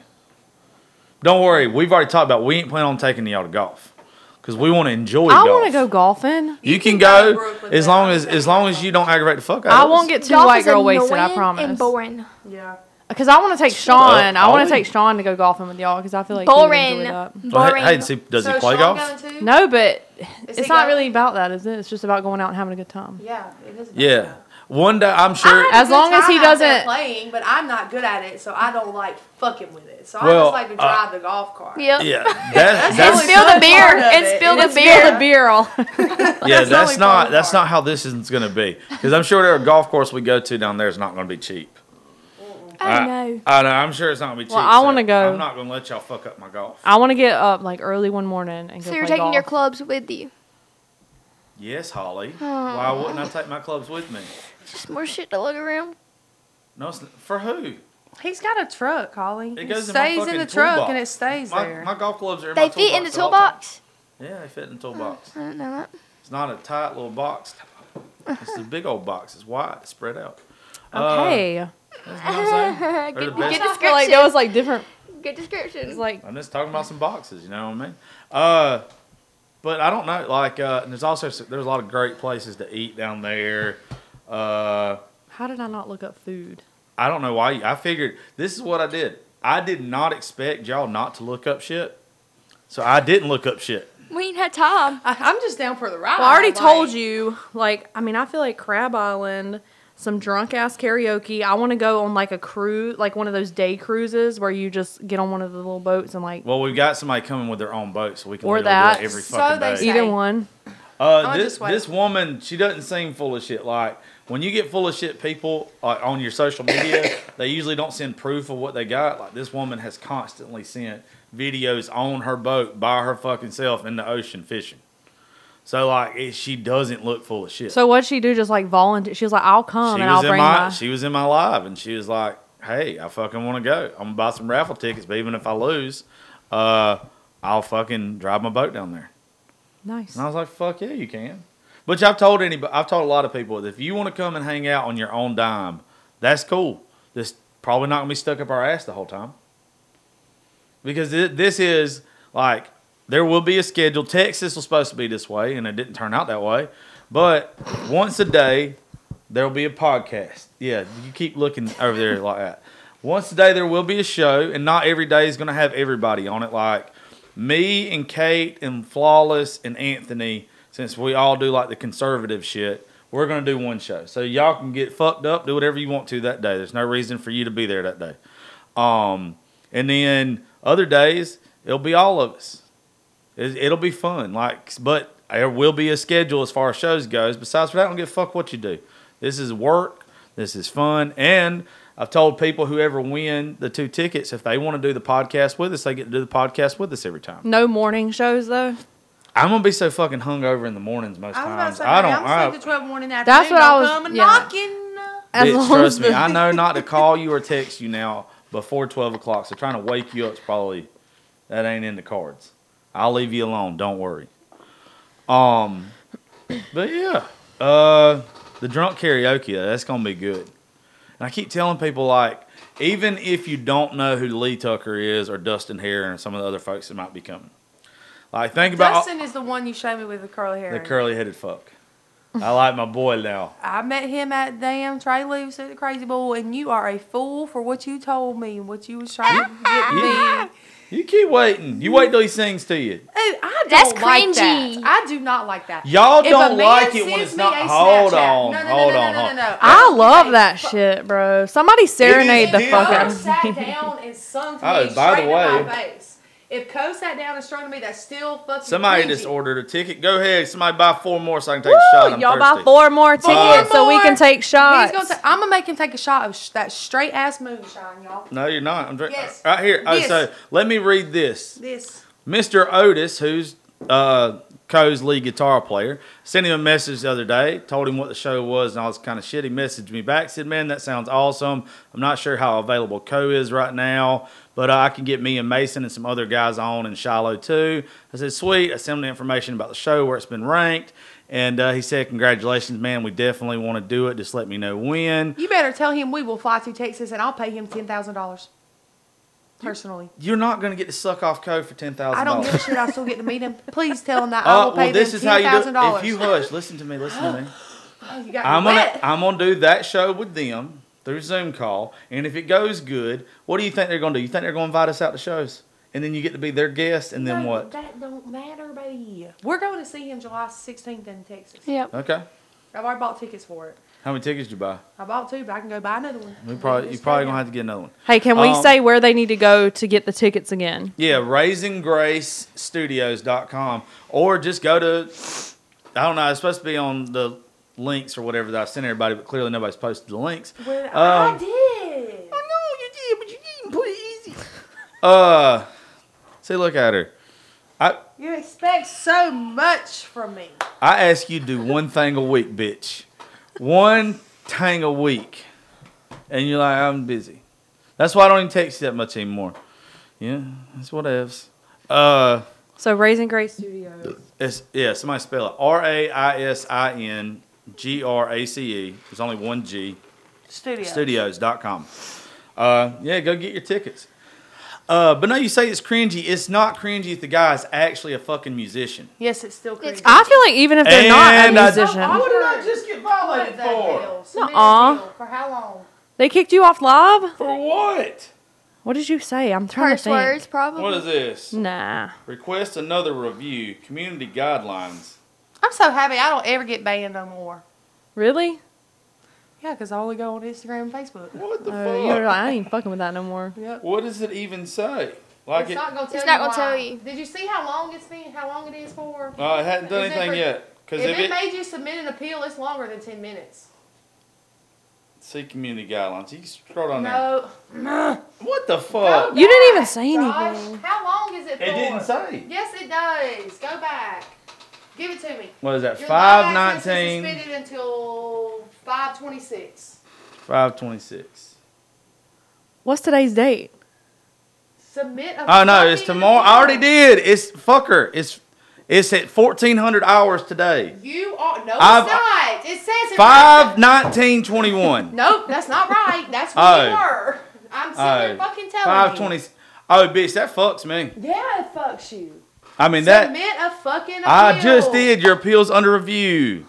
[SPEAKER 1] Don't worry, we've already talked about. We ain't planning on taking y'all to golf because we want to enjoy.
[SPEAKER 2] I
[SPEAKER 1] want
[SPEAKER 2] want to go golfing.
[SPEAKER 1] You,
[SPEAKER 3] You
[SPEAKER 1] can
[SPEAKER 3] can go to
[SPEAKER 1] go
[SPEAKER 3] Brooklyn,
[SPEAKER 1] as
[SPEAKER 3] but
[SPEAKER 1] long
[SPEAKER 3] I'm
[SPEAKER 1] as
[SPEAKER 3] saying
[SPEAKER 1] as long
[SPEAKER 3] we're
[SPEAKER 1] as you
[SPEAKER 3] not.
[SPEAKER 1] don't aggravate the fuck out.
[SPEAKER 2] I
[SPEAKER 1] of us.
[SPEAKER 2] won't get too
[SPEAKER 4] Golf
[SPEAKER 2] white
[SPEAKER 4] is
[SPEAKER 2] girl wasted. I
[SPEAKER 4] annoying And
[SPEAKER 2] promise.
[SPEAKER 4] boring.
[SPEAKER 3] Yeah.
[SPEAKER 2] Because I want to take Sean. I want
[SPEAKER 1] Ollie.
[SPEAKER 2] to take Sean to go golfing with y'all because I feel like he would enjoy
[SPEAKER 4] Boring.
[SPEAKER 2] that.
[SPEAKER 1] Well,
[SPEAKER 4] Boring.
[SPEAKER 1] hey, hey, see, does he
[SPEAKER 3] So
[SPEAKER 1] play
[SPEAKER 3] Sean
[SPEAKER 1] golf?
[SPEAKER 3] going too?
[SPEAKER 2] No, but
[SPEAKER 3] Is
[SPEAKER 2] it's
[SPEAKER 3] he
[SPEAKER 2] not
[SPEAKER 3] go-
[SPEAKER 2] really about that, is it? It's just about going out and having a good time.
[SPEAKER 3] Yeah, it is. about
[SPEAKER 1] Yeah,
[SPEAKER 3] that.
[SPEAKER 1] one day I'm
[SPEAKER 3] I
[SPEAKER 1] sure.
[SPEAKER 3] had a
[SPEAKER 2] As
[SPEAKER 3] good
[SPEAKER 2] long as he
[SPEAKER 3] time out there
[SPEAKER 2] doesn't-
[SPEAKER 3] playing, but I'm not good at it, so I don't like fucking with it. So I
[SPEAKER 1] Well,
[SPEAKER 3] just like to
[SPEAKER 1] uh,
[SPEAKER 3] drive the golf cart.
[SPEAKER 4] Yep.
[SPEAKER 1] yeah, that's,
[SPEAKER 3] That's
[SPEAKER 1] that's
[SPEAKER 4] And
[SPEAKER 3] only
[SPEAKER 4] spill
[SPEAKER 3] one
[SPEAKER 4] the beer.
[SPEAKER 3] part of
[SPEAKER 4] And
[SPEAKER 3] it.
[SPEAKER 4] spill
[SPEAKER 3] And
[SPEAKER 4] the
[SPEAKER 2] Let's spill the
[SPEAKER 4] beer.
[SPEAKER 2] beer all.
[SPEAKER 1] yeah,
[SPEAKER 3] That's the
[SPEAKER 1] that's
[SPEAKER 3] only
[SPEAKER 1] not
[SPEAKER 3] fun
[SPEAKER 1] that's
[SPEAKER 3] part.
[SPEAKER 1] not how this is going to be because I'm sure every golf course we go to down there is not going to be cheap.
[SPEAKER 4] I know.
[SPEAKER 1] I know. I'm sure it's not going to be cheap.
[SPEAKER 2] Well, I
[SPEAKER 1] so
[SPEAKER 2] wanna go.
[SPEAKER 1] I'm not going to let y'all fuck up my golf.
[SPEAKER 2] I want to get up like early one morning and go
[SPEAKER 4] So you're
[SPEAKER 2] play
[SPEAKER 4] taking
[SPEAKER 2] golf.
[SPEAKER 4] your clubs with you.
[SPEAKER 1] Yes, Holly. Why wouldn't I take my clubs with me?
[SPEAKER 4] Just more shit to look around.
[SPEAKER 1] No, it's, for who?
[SPEAKER 3] He's got a truck, Holly.
[SPEAKER 1] It
[SPEAKER 3] It,
[SPEAKER 1] goes in my
[SPEAKER 3] stays in,
[SPEAKER 1] fucking
[SPEAKER 3] the truck
[SPEAKER 1] toolbox.
[SPEAKER 3] and it stays
[SPEAKER 1] My,
[SPEAKER 3] there.
[SPEAKER 1] my golf clubs are. In
[SPEAKER 4] They
[SPEAKER 1] my
[SPEAKER 4] fit in the
[SPEAKER 1] at all times.
[SPEAKER 4] toolbox.
[SPEAKER 1] Yeah, they fit in the toolbox.
[SPEAKER 4] I don't know that.
[SPEAKER 1] It's not a tight little box. It's a big old box. It's wide, it's spread out.
[SPEAKER 2] Okay.
[SPEAKER 1] Uh, that's what I'm saying.
[SPEAKER 4] good,
[SPEAKER 1] They're the
[SPEAKER 4] good
[SPEAKER 1] best.
[SPEAKER 2] I feel like
[SPEAKER 4] description.
[SPEAKER 2] there was like different.
[SPEAKER 4] good description.
[SPEAKER 2] It's like
[SPEAKER 1] I'm just talking about some boxes. You know what I mean? Uh, but I don't know. Like, uh, and there's also there's a lot of great places to eat down there. Uh,
[SPEAKER 2] how did I not look up food?
[SPEAKER 1] I don't know why. you- I figured this is what I did. I did not expect y'all not to look up shit, so I didn't look up shit.
[SPEAKER 4] we ain't had time.
[SPEAKER 3] I, I'm just down for the ride.
[SPEAKER 2] Well, I already
[SPEAKER 1] Uh,
[SPEAKER 3] like-
[SPEAKER 2] told you. Like, I mean, I feel like Crab Island, some drunk ass karaoke. I want to go on like a cruise, like one of those day cruises where you just get on one of the little boats and like
[SPEAKER 1] Well, we've got somebody coming with their own boat, so we can
[SPEAKER 2] Or
[SPEAKER 1] literally
[SPEAKER 2] that.
[SPEAKER 1] do it every
[SPEAKER 3] So
[SPEAKER 1] fucking
[SPEAKER 3] they
[SPEAKER 1] day.
[SPEAKER 3] say-
[SPEAKER 2] either one.
[SPEAKER 1] Uh,
[SPEAKER 3] I'll
[SPEAKER 1] this
[SPEAKER 3] just wait.
[SPEAKER 1] this woman, she doesn't seem full of shit. Like when you get full of shit, people like on your social media, they usually don't send proof of what they got. Like this woman has constantly sent videos on her boat by her fucking self in the ocean fishing. So like it, she doesn't look full of shit.
[SPEAKER 2] So what she do? Just like volunteer. She was like, I'll come
[SPEAKER 1] she
[SPEAKER 2] and I'll
[SPEAKER 1] was in
[SPEAKER 2] bring
[SPEAKER 1] my,
[SPEAKER 2] my.
[SPEAKER 1] she was in my live and she was like, "Hey, I fucking want to go. I'm gonna buy some raffle tickets, but even if I lose, uh, I'll fucking drive my boat down there.
[SPEAKER 2] Nice.
[SPEAKER 1] And I was like, fuck yeah, you can. Which I've told anybody, I've told a lot of people, if you want to come and hang out on your own dime, that's cool. This probably not gonna be stuck up our ass the whole time. Because it, this is like there will be a schedule. Texas was supposed to be this way, and it didn't turn out that way. But once a day, there will be a podcast. Yeah, you keep looking over there like that. Once a day, there will be a show, and not every day is going to have everybody on it. Like me and Kate and Flawless and Anthony, since we all do like the conservative shit, we're going to do one show. So y'all can get fucked up, do whatever you want to that day. There's no reason for you to be there that day. Um, and then other days, it'll be all of us. It, it'll be fun. Like, but there will be a schedule as far as shows goes. Besides for that, I don't give a fuck what you do. This is work. This is fun. And I've told people whoever win the two tickets, if they want to do the podcast with us, they get to do the podcast with us every time.
[SPEAKER 2] no morning shows though.
[SPEAKER 1] I'm gonna be so fucking hungover in the mornings most
[SPEAKER 3] I was about to
[SPEAKER 1] times.
[SPEAKER 3] say,
[SPEAKER 1] I don't.
[SPEAKER 3] I'm
[SPEAKER 1] I,
[SPEAKER 3] sleep to 12 one in the afternoon.
[SPEAKER 2] That's what I
[SPEAKER 3] Don't
[SPEAKER 2] was-
[SPEAKER 3] Come and uh,
[SPEAKER 2] yeah.
[SPEAKER 3] knocking.
[SPEAKER 2] As
[SPEAKER 1] bitch,
[SPEAKER 2] long
[SPEAKER 1] trust
[SPEAKER 2] as
[SPEAKER 1] me.
[SPEAKER 2] the-
[SPEAKER 1] I know not to call you or text you now before twelve o'clock. So trying to wake you up is probably that ain't in the cards. I'll leave you alone. Don't worry. Um, but yeah, uh, the drunk karaoke that's gonna be good. And I keep telling people like, even if you don't know who Lee Tucker is or Dustin Hare and some of the other folks that might be coming, like think about
[SPEAKER 3] Dustin is the one you showed me with the curly hair.
[SPEAKER 1] the curly headed fuck. I like my boy now.
[SPEAKER 3] I met him at damn Trey Lewis at the Crazy Bowl, and you are a fool for what you told me and what you was trying to get me.
[SPEAKER 1] You, you keep waiting. You wait till he sings to you.
[SPEAKER 3] Ooh, I don't
[SPEAKER 4] That's
[SPEAKER 3] like that.
[SPEAKER 4] cringy.
[SPEAKER 3] I do not like that.
[SPEAKER 1] Y'all
[SPEAKER 3] If a
[SPEAKER 1] don't
[SPEAKER 3] man
[SPEAKER 1] like it when
[SPEAKER 3] sends
[SPEAKER 1] it's
[SPEAKER 3] me
[SPEAKER 1] not.
[SPEAKER 3] a
[SPEAKER 1] Hold
[SPEAKER 3] Snapchat-
[SPEAKER 1] on,
[SPEAKER 3] no, no,
[SPEAKER 1] hold
[SPEAKER 3] no, no,
[SPEAKER 1] on, hold
[SPEAKER 3] no, no,
[SPEAKER 1] on.
[SPEAKER 3] no, no.
[SPEAKER 2] I love that shit, bro. Somebody serenade the
[SPEAKER 1] It is
[SPEAKER 2] fuck out
[SPEAKER 1] different.
[SPEAKER 2] of
[SPEAKER 3] If Ko
[SPEAKER 2] me.
[SPEAKER 3] sat down and sung to
[SPEAKER 1] Oh,
[SPEAKER 3] me
[SPEAKER 1] by the
[SPEAKER 3] straight in
[SPEAKER 1] way-
[SPEAKER 3] my face. If Ko sat down and strung to me, that's still fucking
[SPEAKER 1] Somebody
[SPEAKER 3] cringy.
[SPEAKER 1] just ordered a ticket. Go ahead. Somebody buy four more so I can take a shot.
[SPEAKER 2] Woo,
[SPEAKER 1] I'm
[SPEAKER 2] y'all
[SPEAKER 1] thirsty.
[SPEAKER 2] buy four more tickets
[SPEAKER 1] Four
[SPEAKER 2] so we
[SPEAKER 3] more.
[SPEAKER 2] can take
[SPEAKER 3] He's
[SPEAKER 2] shots.
[SPEAKER 3] gonna. i am I'm gonna make him take a shot of sh- that straight ass moonshine, y'all.
[SPEAKER 1] No, you're not. I'm drinking
[SPEAKER 3] Yes.
[SPEAKER 1] right here. Oh,
[SPEAKER 3] Yes.
[SPEAKER 1] so let me read this.
[SPEAKER 3] This.
[SPEAKER 1] Mr. Otis, who's uh, Co's lead guitar player, sent him a message the other day, told him what the show was and all this kind of shit. He messaged me back, said, Man, that sounds awesome. I'm not sure how available Co is right now, but uh, I can get me and Mason and some other guys on and Shiloh too. I said, Sweet. I sent him the information about the show, where it's been ranked. And uh, he said, Congratulations, man. We definitely want to do it. Just let me know when.
[SPEAKER 3] You better tell him we will fly to Texas, and I'll pay him ten thousand dollars. Personally,
[SPEAKER 1] You're not going to get to suck off Co for $10,000.
[SPEAKER 3] I don't give a shit. I still get to meet him. Please tell him that I
[SPEAKER 1] Uh,
[SPEAKER 3] will pay
[SPEAKER 1] well, this
[SPEAKER 3] them
[SPEAKER 1] is how
[SPEAKER 3] ten
[SPEAKER 1] you
[SPEAKER 3] thousand
[SPEAKER 1] do it. If
[SPEAKER 3] dollars.
[SPEAKER 1] you hush, listen to me, listen to me.
[SPEAKER 3] oh, you got me
[SPEAKER 1] I'm gonna
[SPEAKER 3] wet.
[SPEAKER 1] I'm gonna do that show with them through Zoom call, and if it goes good, what do you think they're gonna do? You think they're gonna invite us out to shows, and then you get to be their guest, and then
[SPEAKER 3] No,
[SPEAKER 1] what?
[SPEAKER 3] That don't matter, baby. We're going to see him July 16th in Texas.
[SPEAKER 4] Yep.
[SPEAKER 1] Okay,
[SPEAKER 3] I've already bought tickets for it.
[SPEAKER 1] how many tickets did you buy?
[SPEAKER 3] I bought two, but I can go buy another one.
[SPEAKER 1] We probably you probably gonna have to get another one.
[SPEAKER 2] Hey, can we
[SPEAKER 1] Um,
[SPEAKER 2] say where they need to go to get the tickets again?
[SPEAKER 1] Yeah, raisinggracestudios.com, or just go to I don't know. It's supposed to be on the links or whatever that I sent everybody, but clearly nobody's posted the links.
[SPEAKER 3] Well,
[SPEAKER 1] Um,
[SPEAKER 3] I did.
[SPEAKER 1] you did, but you didn't put it easy. Uh, see, look at her. I
[SPEAKER 3] You expect so much from me.
[SPEAKER 1] I ask you to do one thing a week, bitch. One thing a week. And you're like, I'm busy. That's why I don't even text you that much anymore. Yeah, it's whatevs. Uh,
[SPEAKER 2] So Raising Grace Studios.
[SPEAKER 1] it's, yeah, somebody spell it. R A I S I N G R A C E. There's only one G.
[SPEAKER 3] Studio.
[SPEAKER 1] Studios.com. Uh, yeah, go get your tickets. Uh, but no, you say it's cringy. It's not cringy if the guy's actually a fucking musician.
[SPEAKER 3] Yes, it's still crazy.
[SPEAKER 4] It's
[SPEAKER 2] I feel like even if they're
[SPEAKER 1] And I-
[SPEAKER 2] not a musician,
[SPEAKER 3] Oh,
[SPEAKER 1] What did I just get violated
[SPEAKER 3] What the
[SPEAKER 1] for?
[SPEAKER 3] hell? Submit a
[SPEAKER 2] Nuh-uh.
[SPEAKER 3] bill. For how long?
[SPEAKER 2] they kicked you off live.
[SPEAKER 1] For what?
[SPEAKER 2] What did you say? I'm trying to
[SPEAKER 4] Curse
[SPEAKER 2] think.
[SPEAKER 4] words, probably.
[SPEAKER 1] What is this?
[SPEAKER 2] Nah.
[SPEAKER 1] Request another review. Community guidelines.
[SPEAKER 3] I'm so happy I don't ever get banned no more.
[SPEAKER 2] Really?
[SPEAKER 3] Yeah, because I only go on Instagram and Facebook.
[SPEAKER 1] What the
[SPEAKER 2] Oh,
[SPEAKER 1] fuck?
[SPEAKER 2] you're like, I ain't fucking with that no more.
[SPEAKER 3] Yep.
[SPEAKER 1] what does it even say? Like
[SPEAKER 3] it's
[SPEAKER 1] it?
[SPEAKER 3] not gonna tell
[SPEAKER 4] It's
[SPEAKER 3] you.
[SPEAKER 4] not gonna
[SPEAKER 3] why.
[SPEAKER 4] tell you.
[SPEAKER 3] Did you see how long it's been? How long it is for?
[SPEAKER 1] no, uh, it hasn't done
[SPEAKER 3] Is it
[SPEAKER 1] anything
[SPEAKER 3] for-
[SPEAKER 1] yet. Because
[SPEAKER 3] If
[SPEAKER 1] if
[SPEAKER 3] it,
[SPEAKER 1] it,
[SPEAKER 3] made you submit an appeal, it's longer than ten minutes.
[SPEAKER 1] see community guidelines, you can scroll down there.
[SPEAKER 3] No.
[SPEAKER 1] What the fuck?
[SPEAKER 2] You didn't even say
[SPEAKER 3] Josh,
[SPEAKER 2] anything.
[SPEAKER 3] How long is it for?
[SPEAKER 1] It didn't say.
[SPEAKER 3] Yes, it does. Go back. Give it to me.
[SPEAKER 1] What is that?
[SPEAKER 3] Your
[SPEAKER 1] Five
[SPEAKER 3] live access is
[SPEAKER 1] nineteen.
[SPEAKER 3] Suspended until five twenty-six.
[SPEAKER 1] Five twenty six.
[SPEAKER 2] What's today's date?
[SPEAKER 3] Submit a
[SPEAKER 1] Oh no, it's
[SPEAKER 3] fucking
[SPEAKER 1] tomorrow. I already
[SPEAKER 3] video.
[SPEAKER 1] did. It's fucker. It's it's at fourteen hundred hours today.
[SPEAKER 3] You are no,
[SPEAKER 1] I've-
[SPEAKER 3] it's not. It says it right
[SPEAKER 1] Five nineteen twenty one.
[SPEAKER 3] there. Nope, that's not right. That's what
[SPEAKER 1] Oh.
[SPEAKER 3] you were. I'm sitting
[SPEAKER 1] Oh,
[SPEAKER 3] here fucking telling
[SPEAKER 1] Five
[SPEAKER 3] you.
[SPEAKER 1] twenty. Oh bitch, that fucks me.
[SPEAKER 3] Yeah, it fucks you.
[SPEAKER 1] I mean that.
[SPEAKER 3] Submit a fucking.
[SPEAKER 1] I
[SPEAKER 3] appeal.
[SPEAKER 1] just did your appeals under review.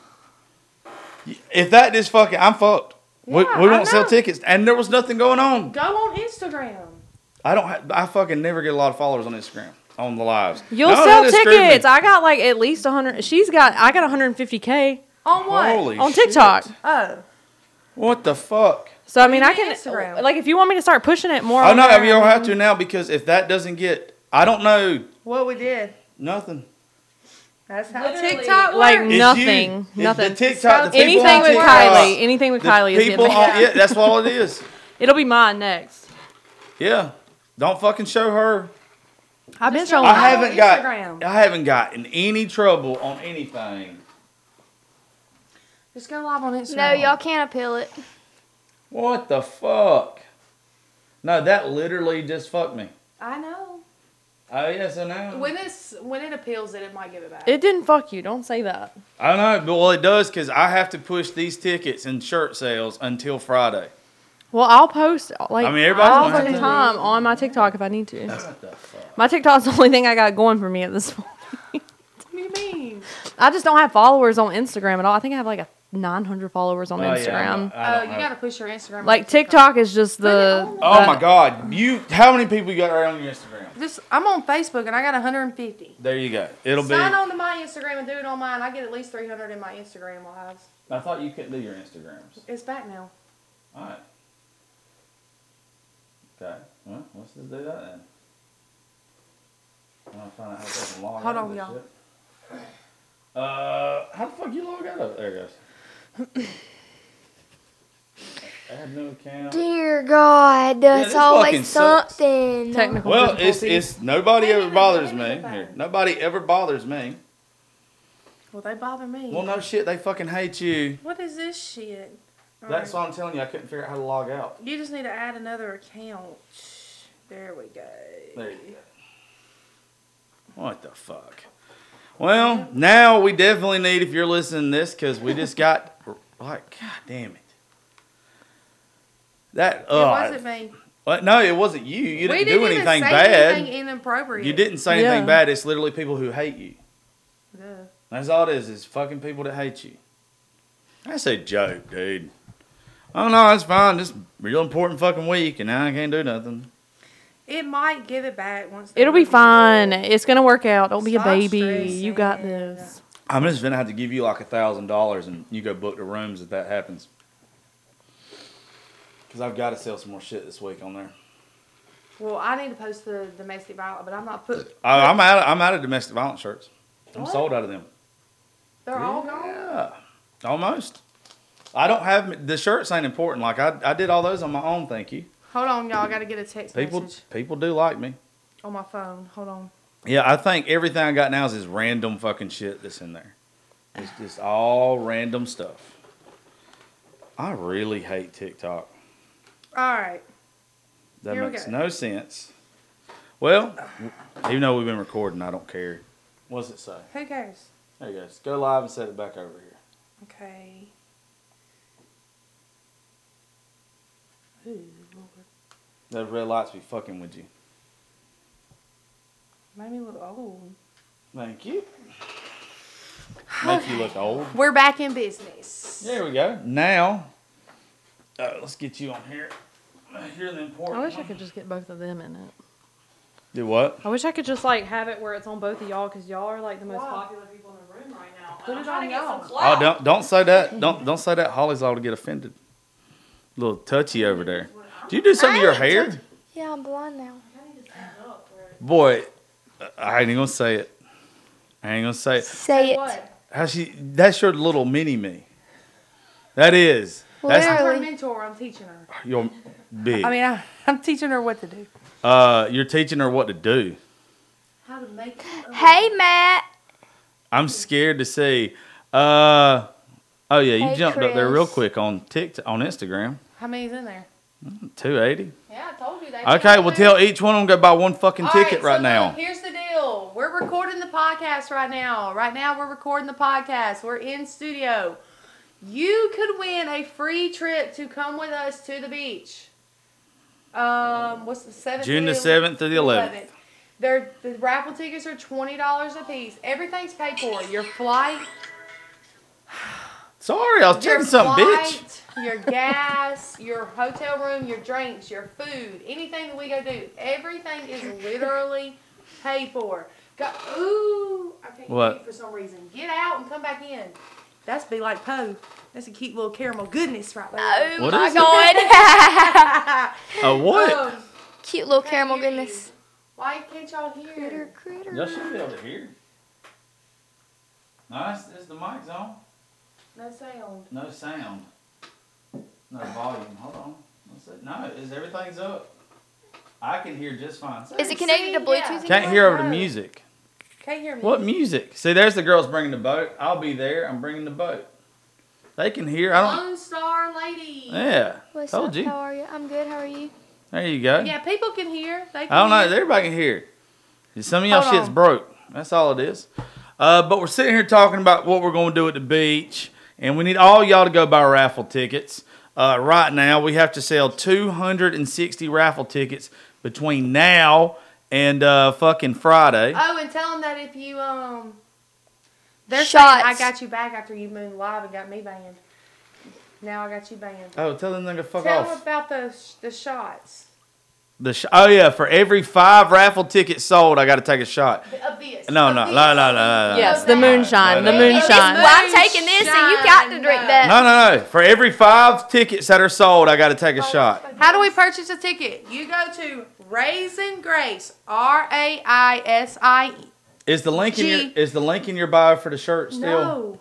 [SPEAKER 1] If that just fucking, I'm fucked. we
[SPEAKER 3] Yeah,
[SPEAKER 1] we
[SPEAKER 3] I
[SPEAKER 1] won't sell
[SPEAKER 3] know.
[SPEAKER 1] tickets, and there was nothing going on.
[SPEAKER 3] Go on Instagram.
[SPEAKER 1] I don't. Ha- I fucking never get a lot of followers on Instagram on the lives.
[SPEAKER 2] You'll
[SPEAKER 1] No,
[SPEAKER 2] sell
[SPEAKER 1] that screwed me.
[SPEAKER 2] tickets. I got like at least 100. She's got, I got 150K
[SPEAKER 3] On what?
[SPEAKER 1] Holy
[SPEAKER 2] on
[SPEAKER 1] shit.
[SPEAKER 2] TikTok.
[SPEAKER 3] Oh,
[SPEAKER 1] What the fuck?
[SPEAKER 2] So, I mean,
[SPEAKER 3] do you
[SPEAKER 2] I can,
[SPEAKER 3] mean Instagram?
[SPEAKER 2] like, if you want me to start pushing it more.
[SPEAKER 1] Oh
[SPEAKER 2] on
[SPEAKER 1] no,
[SPEAKER 2] there,
[SPEAKER 1] I mean, you'll have to now because if that doesn't get, I don't know
[SPEAKER 3] what we did.
[SPEAKER 1] nothing.
[SPEAKER 3] That's how
[SPEAKER 2] Literally,
[SPEAKER 3] TikTok
[SPEAKER 2] like,
[SPEAKER 3] works.
[SPEAKER 1] It's you.
[SPEAKER 2] nothing,
[SPEAKER 1] It's
[SPEAKER 2] nothing.
[SPEAKER 1] The TikTok, the people
[SPEAKER 2] Anything
[SPEAKER 1] on
[SPEAKER 2] with
[SPEAKER 1] TikTok,
[SPEAKER 2] Kylie. Anything with
[SPEAKER 1] the
[SPEAKER 2] Kylie is
[SPEAKER 1] people
[SPEAKER 2] getting
[SPEAKER 1] on, yeah, that's all it is.
[SPEAKER 2] It'll be mine next.
[SPEAKER 1] Yeah, don't fucking show her.
[SPEAKER 2] I've been
[SPEAKER 3] showing
[SPEAKER 2] showing
[SPEAKER 1] I
[SPEAKER 3] on
[SPEAKER 1] haven't got.
[SPEAKER 3] Instagram.
[SPEAKER 1] I haven't gotten any trouble on anything.
[SPEAKER 3] Just go live on Instagram.
[SPEAKER 4] No, y'all can't appeal it.
[SPEAKER 1] What the fuck? No, that literally just fucked me.
[SPEAKER 3] I know.
[SPEAKER 1] Oh yes, I know.
[SPEAKER 3] When it's when it appeals it, it might give it back.
[SPEAKER 2] It didn't fuck you. Don't say that.
[SPEAKER 1] I know, but well, it does because I have to push these tickets and shirt sales until Friday.
[SPEAKER 2] Well, I'll post like
[SPEAKER 1] I mean, everybody's
[SPEAKER 2] all
[SPEAKER 1] gonna have
[SPEAKER 2] the
[SPEAKER 1] to.
[SPEAKER 2] time on my TikTok if I need to.
[SPEAKER 1] What the fuck?
[SPEAKER 2] My TikTok's the only thing I got going for me at this point.
[SPEAKER 3] what do you mean?
[SPEAKER 2] I just don't have followers on Instagram at all. I think I have like a 900 followers on
[SPEAKER 1] Oh, yeah,
[SPEAKER 2] Instagram.
[SPEAKER 1] I
[SPEAKER 3] Oh,
[SPEAKER 1] don't
[SPEAKER 3] you
[SPEAKER 1] know.
[SPEAKER 3] gotta push your Instagram.
[SPEAKER 2] Like TikTok is just the.
[SPEAKER 3] Put it
[SPEAKER 1] Oh
[SPEAKER 2] the-
[SPEAKER 1] my God! You, how many people you got right on your Instagram?
[SPEAKER 3] This I'm on Facebook and I got 150.
[SPEAKER 1] There you go. It'll be.
[SPEAKER 3] Sign on to my Instagram and do it on mine. I get at least 300 in my Instagram lives.
[SPEAKER 1] I thought you couldn't do your Instagrams.
[SPEAKER 3] It's back now.
[SPEAKER 1] All right. Okay. Well, let's just do that then. I'm to find out how to fucking log
[SPEAKER 3] Hold
[SPEAKER 1] out of
[SPEAKER 3] on,
[SPEAKER 1] this
[SPEAKER 3] y'all.
[SPEAKER 1] shit. Uh, how the fuck you log out of? There it goes. I have no account.
[SPEAKER 4] Dear God,
[SPEAKER 1] that's this always fucking sucks.
[SPEAKER 4] something.
[SPEAKER 2] Technical
[SPEAKER 1] Well, it's
[SPEAKER 2] difficulties.
[SPEAKER 1] it's nobody
[SPEAKER 3] Wait a
[SPEAKER 1] ever
[SPEAKER 3] minute,
[SPEAKER 1] bothers
[SPEAKER 3] wait a
[SPEAKER 1] me.
[SPEAKER 3] minute,
[SPEAKER 1] Here,
[SPEAKER 3] fine.
[SPEAKER 1] nobody ever bothers me.
[SPEAKER 3] Well, they bother me.
[SPEAKER 1] Well, no shit, they fucking hate you.
[SPEAKER 3] What is this shit? All
[SPEAKER 1] That's
[SPEAKER 3] right.
[SPEAKER 1] why I'm telling you, I couldn't figure out how to log out.
[SPEAKER 3] You just need to add another account. There we go.
[SPEAKER 1] There you go. What the fuck? Well, now we definitely need if you're listening to this because we just got like, god damn it. That
[SPEAKER 3] it
[SPEAKER 1] uh,
[SPEAKER 3] wasn't me.
[SPEAKER 1] what- no, it wasn't you. You
[SPEAKER 3] we
[SPEAKER 1] didn't, do
[SPEAKER 3] even
[SPEAKER 1] anything
[SPEAKER 3] say
[SPEAKER 1] bad.
[SPEAKER 3] anything inappropriate.
[SPEAKER 1] you didn't say anything
[SPEAKER 2] Yeah.
[SPEAKER 1] bad. It's literally people who hate you.
[SPEAKER 3] Yeah.
[SPEAKER 1] That's all it is. It's fucking people that hate you. That's a joke, dude. Oh no, it's fine. Just real important fucking week, and I can't do nothing.
[SPEAKER 3] It might give it back once. they
[SPEAKER 2] It'll be
[SPEAKER 3] review
[SPEAKER 2] fine.
[SPEAKER 3] it.
[SPEAKER 2] It's gonna work out. Don't be a
[SPEAKER 3] Stop
[SPEAKER 2] baby.
[SPEAKER 3] stressing.
[SPEAKER 2] You got this.
[SPEAKER 1] I'm just gonna have to give you like a thousand dollars, and you go book the rooms if that happens. Cause I've got to sell some more shit this week on there.
[SPEAKER 3] Well, I need to post the domestic violence, but I'm not put.
[SPEAKER 1] I, I'm out. Of, I'm out of domestic violence shirts. I'm
[SPEAKER 3] What?
[SPEAKER 1] sold out of them.
[SPEAKER 3] They're all gone.
[SPEAKER 1] Yeah, almost. I don't have the shirts. Ain't important. Like I, I did all those on my own. Thank you.
[SPEAKER 3] Hold on, y'all. I gotta get a text
[SPEAKER 1] People,
[SPEAKER 3] message
[SPEAKER 1] people do like me.
[SPEAKER 3] on my phone. Hold on.
[SPEAKER 1] Yeah, I think everything I got now is this random fucking shit that's in there. It's just all random stuff. I really hate TikTok.
[SPEAKER 3] All right.
[SPEAKER 1] That
[SPEAKER 3] Here we
[SPEAKER 1] makes
[SPEAKER 3] go.
[SPEAKER 1] no sense. Well, even though we've been recording, I don't care. What's it say?
[SPEAKER 3] Who cares?
[SPEAKER 1] There you go. Just Go live and set it back over here.
[SPEAKER 3] Okay. Ooh, Lord.
[SPEAKER 1] Those red lights be fucking with you.
[SPEAKER 3] Made me look old.
[SPEAKER 1] Thank you. Make you look old.
[SPEAKER 3] We're back in business.
[SPEAKER 1] There we go. Now, uh, let's get you on here. Uh, Here the important.
[SPEAKER 2] I wish I
[SPEAKER 1] one.
[SPEAKER 2] could just get both of them in it.
[SPEAKER 1] do what?
[SPEAKER 2] I wish I could just like have it where it's on both of y'all because y'all are like the most
[SPEAKER 3] Why?
[SPEAKER 2] popular people in the room right now.
[SPEAKER 3] Put
[SPEAKER 2] And
[SPEAKER 3] it
[SPEAKER 2] I'm trying
[SPEAKER 3] on
[SPEAKER 2] to get
[SPEAKER 3] y'all.
[SPEAKER 2] some
[SPEAKER 1] Oh,
[SPEAKER 2] clout.
[SPEAKER 1] don't don't say that. Don't don't say that. Holly's all to get offended. little touchy over there. Do you do something to your hair?
[SPEAKER 4] Yeah, I'm blind now.
[SPEAKER 1] Boy, I ain't gonna say it. I ain't gonna say it.
[SPEAKER 4] Say it.
[SPEAKER 3] What?
[SPEAKER 1] How she? That's your little mini me. That is. That's
[SPEAKER 3] I'm
[SPEAKER 4] Where?
[SPEAKER 3] her
[SPEAKER 4] Really?
[SPEAKER 3] mentor. I'm teaching her.
[SPEAKER 1] your big.
[SPEAKER 3] I mean, I, I'm teaching her what to do.
[SPEAKER 1] uh, you're teaching her what to do.
[SPEAKER 3] How to make.
[SPEAKER 4] Hey, Matt.
[SPEAKER 1] I'm scared to see. Uh, oh yeah, you
[SPEAKER 4] Hey,
[SPEAKER 1] jumped up there real
[SPEAKER 4] Chris.
[SPEAKER 1] quick on TikTok on Instagram.
[SPEAKER 3] How many's in there?
[SPEAKER 1] Two eighty.
[SPEAKER 3] Yeah, I told you that.
[SPEAKER 1] Okay, well tell each one of them go buy one fucking ticket right now.
[SPEAKER 3] here's the deal. We're recording the podcast right now. Right now, we're recording the podcast. We're in studio. You could win a free trip to come with us to the beach. Um, what's the seventh?
[SPEAKER 1] June the 7th to the 11th.
[SPEAKER 3] They're, the raffle tickets are twenty dollars a piece. Everything's paid for. Your flight,
[SPEAKER 1] Sorry, I was
[SPEAKER 3] your
[SPEAKER 1] checking something, bitch.
[SPEAKER 3] flight, your gas, your hotel room, your drinks, your food, anything that we go do, everything is literally paid for. Go, ooh, I can't
[SPEAKER 1] What?
[SPEAKER 3] what? for some reason. Get out and come back in. That's be like Poe. That's a cute little caramel goodness right there.
[SPEAKER 4] Oh
[SPEAKER 1] What
[SPEAKER 4] my
[SPEAKER 1] is it?
[SPEAKER 4] god.
[SPEAKER 1] A what?
[SPEAKER 3] Um,
[SPEAKER 4] Cute little
[SPEAKER 3] can't
[SPEAKER 4] caramel
[SPEAKER 3] hear you.
[SPEAKER 4] goodness.
[SPEAKER 3] Why can't y'all
[SPEAKER 4] Critter,
[SPEAKER 1] Y'all
[SPEAKER 3] hear?
[SPEAKER 4] critter.
[SPEAKER 1] should be able to hear. No, it's, it's the mic's on.
[SPEAKER 3] No sound.
[SPEAKER 1] No sound. No volume. Hold on. What's it? No, is everything's up? I can hear just fine.
[SPEAKER 4] Is it connected to
[SPEAKER 3] Yeah.
[SPEAKER 4] Bluetooth?
[SPEAKER 3] Can't
[SPEAKER 1] Can't
[SPEAKER 4] again?
[SPEAKER 1] hear over the music.
[SPEAKER 3] Can't hear me.
[SPEAKER 1] What music? See, there's the girls bringing the boat. I'll be there. I'm bringing the boat. They can hear. I don't.
[SPEAKER 3] Lone Star Lady.
[SPEAKER 1] Yeah.
[SPEAKER 4] What's
[SPEAKER 1] Told
[SPEAKER 4] up?
[SPEAKER 1] you.
[SPEAKER 4] How are you? I'm good. How are you?
[SPEAKER 1] There you go.
[SPEAKER 3] Yeah, people can hear. They
[SPEAKER 1] I
[SPEAKER 3] can
[SPEAKER 1] don't know.
[SPEAKER 3] hear.
[SPEAKER 1] Everybody can hear. Some of y'all
[SPEAKER 3] Hold
[SPEAKER 1] shit's
[SPEAKER 3] on.
[SPEAKER 1] broke. That's all it is. Uh, but we're sitting here talking about what we're going to do at the beach, and we need all y'all to go buy raffle tickets. Uh, right now, we have to sell 260 raffle tickets between now and uh, fucking Friday.
[SPEAKER 3] Oh, and tell them that if you um, they're
[SPEAKER 4] Shots.
[SPEAKER 3] saying I got you back after you moved live and got me banned. Now I got you banned.
[SPEAKER 1] Oh, tell them nigga fuck
[SPEAKER 3] tell them
[SPEAKER 1] off.
[SPEAKER 3] about the sh- the shots
[SPEAKER 1] The sh- oh yeah, for every five raffle tickets sold, I got to take a shot.
[SPEAKER 3] of this.
[SPEAKER 1] No,
[SPEAKER 3] of
[SPEAKER 1] no,
[SPEAKER 3] this.
[SPEAKER 1] no, no, no, no.
[SPEAKER 2] Yes,
[SPEAKER 3] the
[SPEAKER 2] moonshine,
[SPEAKER 1] No,
[SPEAKER 2] the
[SPEAKER 1] no, no.
[SPEAKER 2] moonshine.
[SPEAKER 4] Well, I'm taking this, and you got to drink that.
[SPEAKER 1] No, no, no. For every five tickets that are sold, I got to
[SPEAKER 3] Oh,
[SPEAKER 1] take a shot.
[SPEAKER 3] How do we purchase a ticket? You go to Raising Grace, R A I S I. E.
[SPEAKER 1] Is the link in your
[SPEAKER 3] Gee.
[SPEAKER 1] is the link in your bio for the shirt still?
[SPEAKER 3] No,